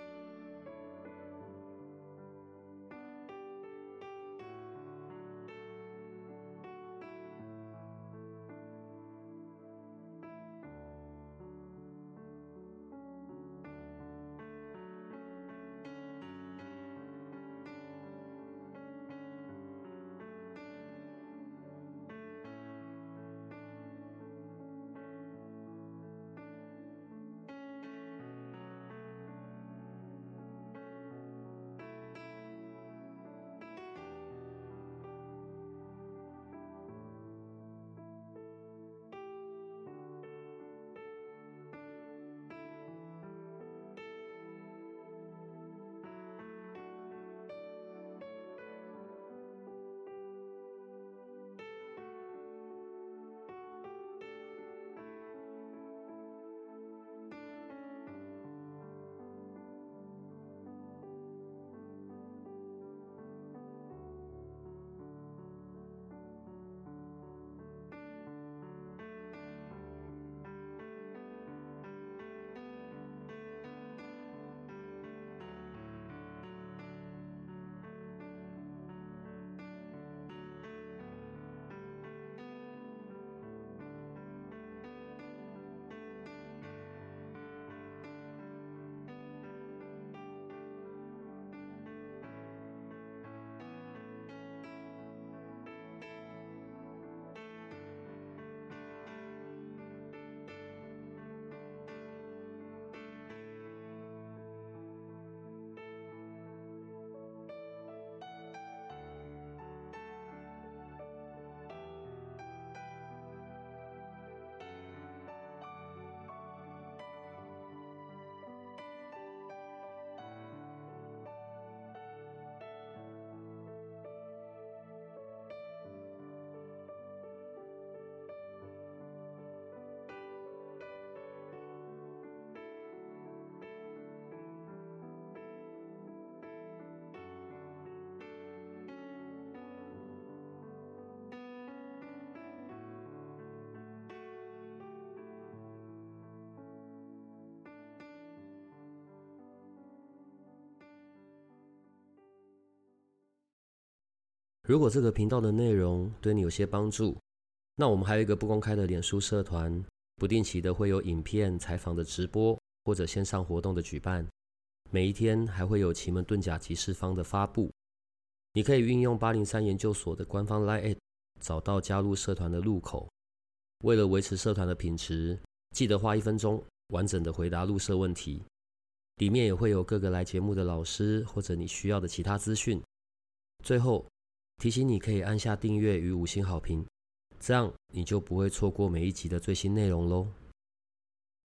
Speaker 1: 如果这个频道的内容对你有些帮助，那我们还有一个不公开的脸书社团，不定期的会有影片、采访的直播或者线上活动的举办，每一天还会有奇门遁甲集市方的发布。你可以运用八零三研究所的官方 Line 找到加入社团的入口。为了维持社团的品质，记得花一分钟完整的回答入社问题。里面也会有各个来节目的老师或者你需要的其他资讯。最后提醒你可以按下订阅与五星好评，这样你就不会错过每一集的最新内容喽。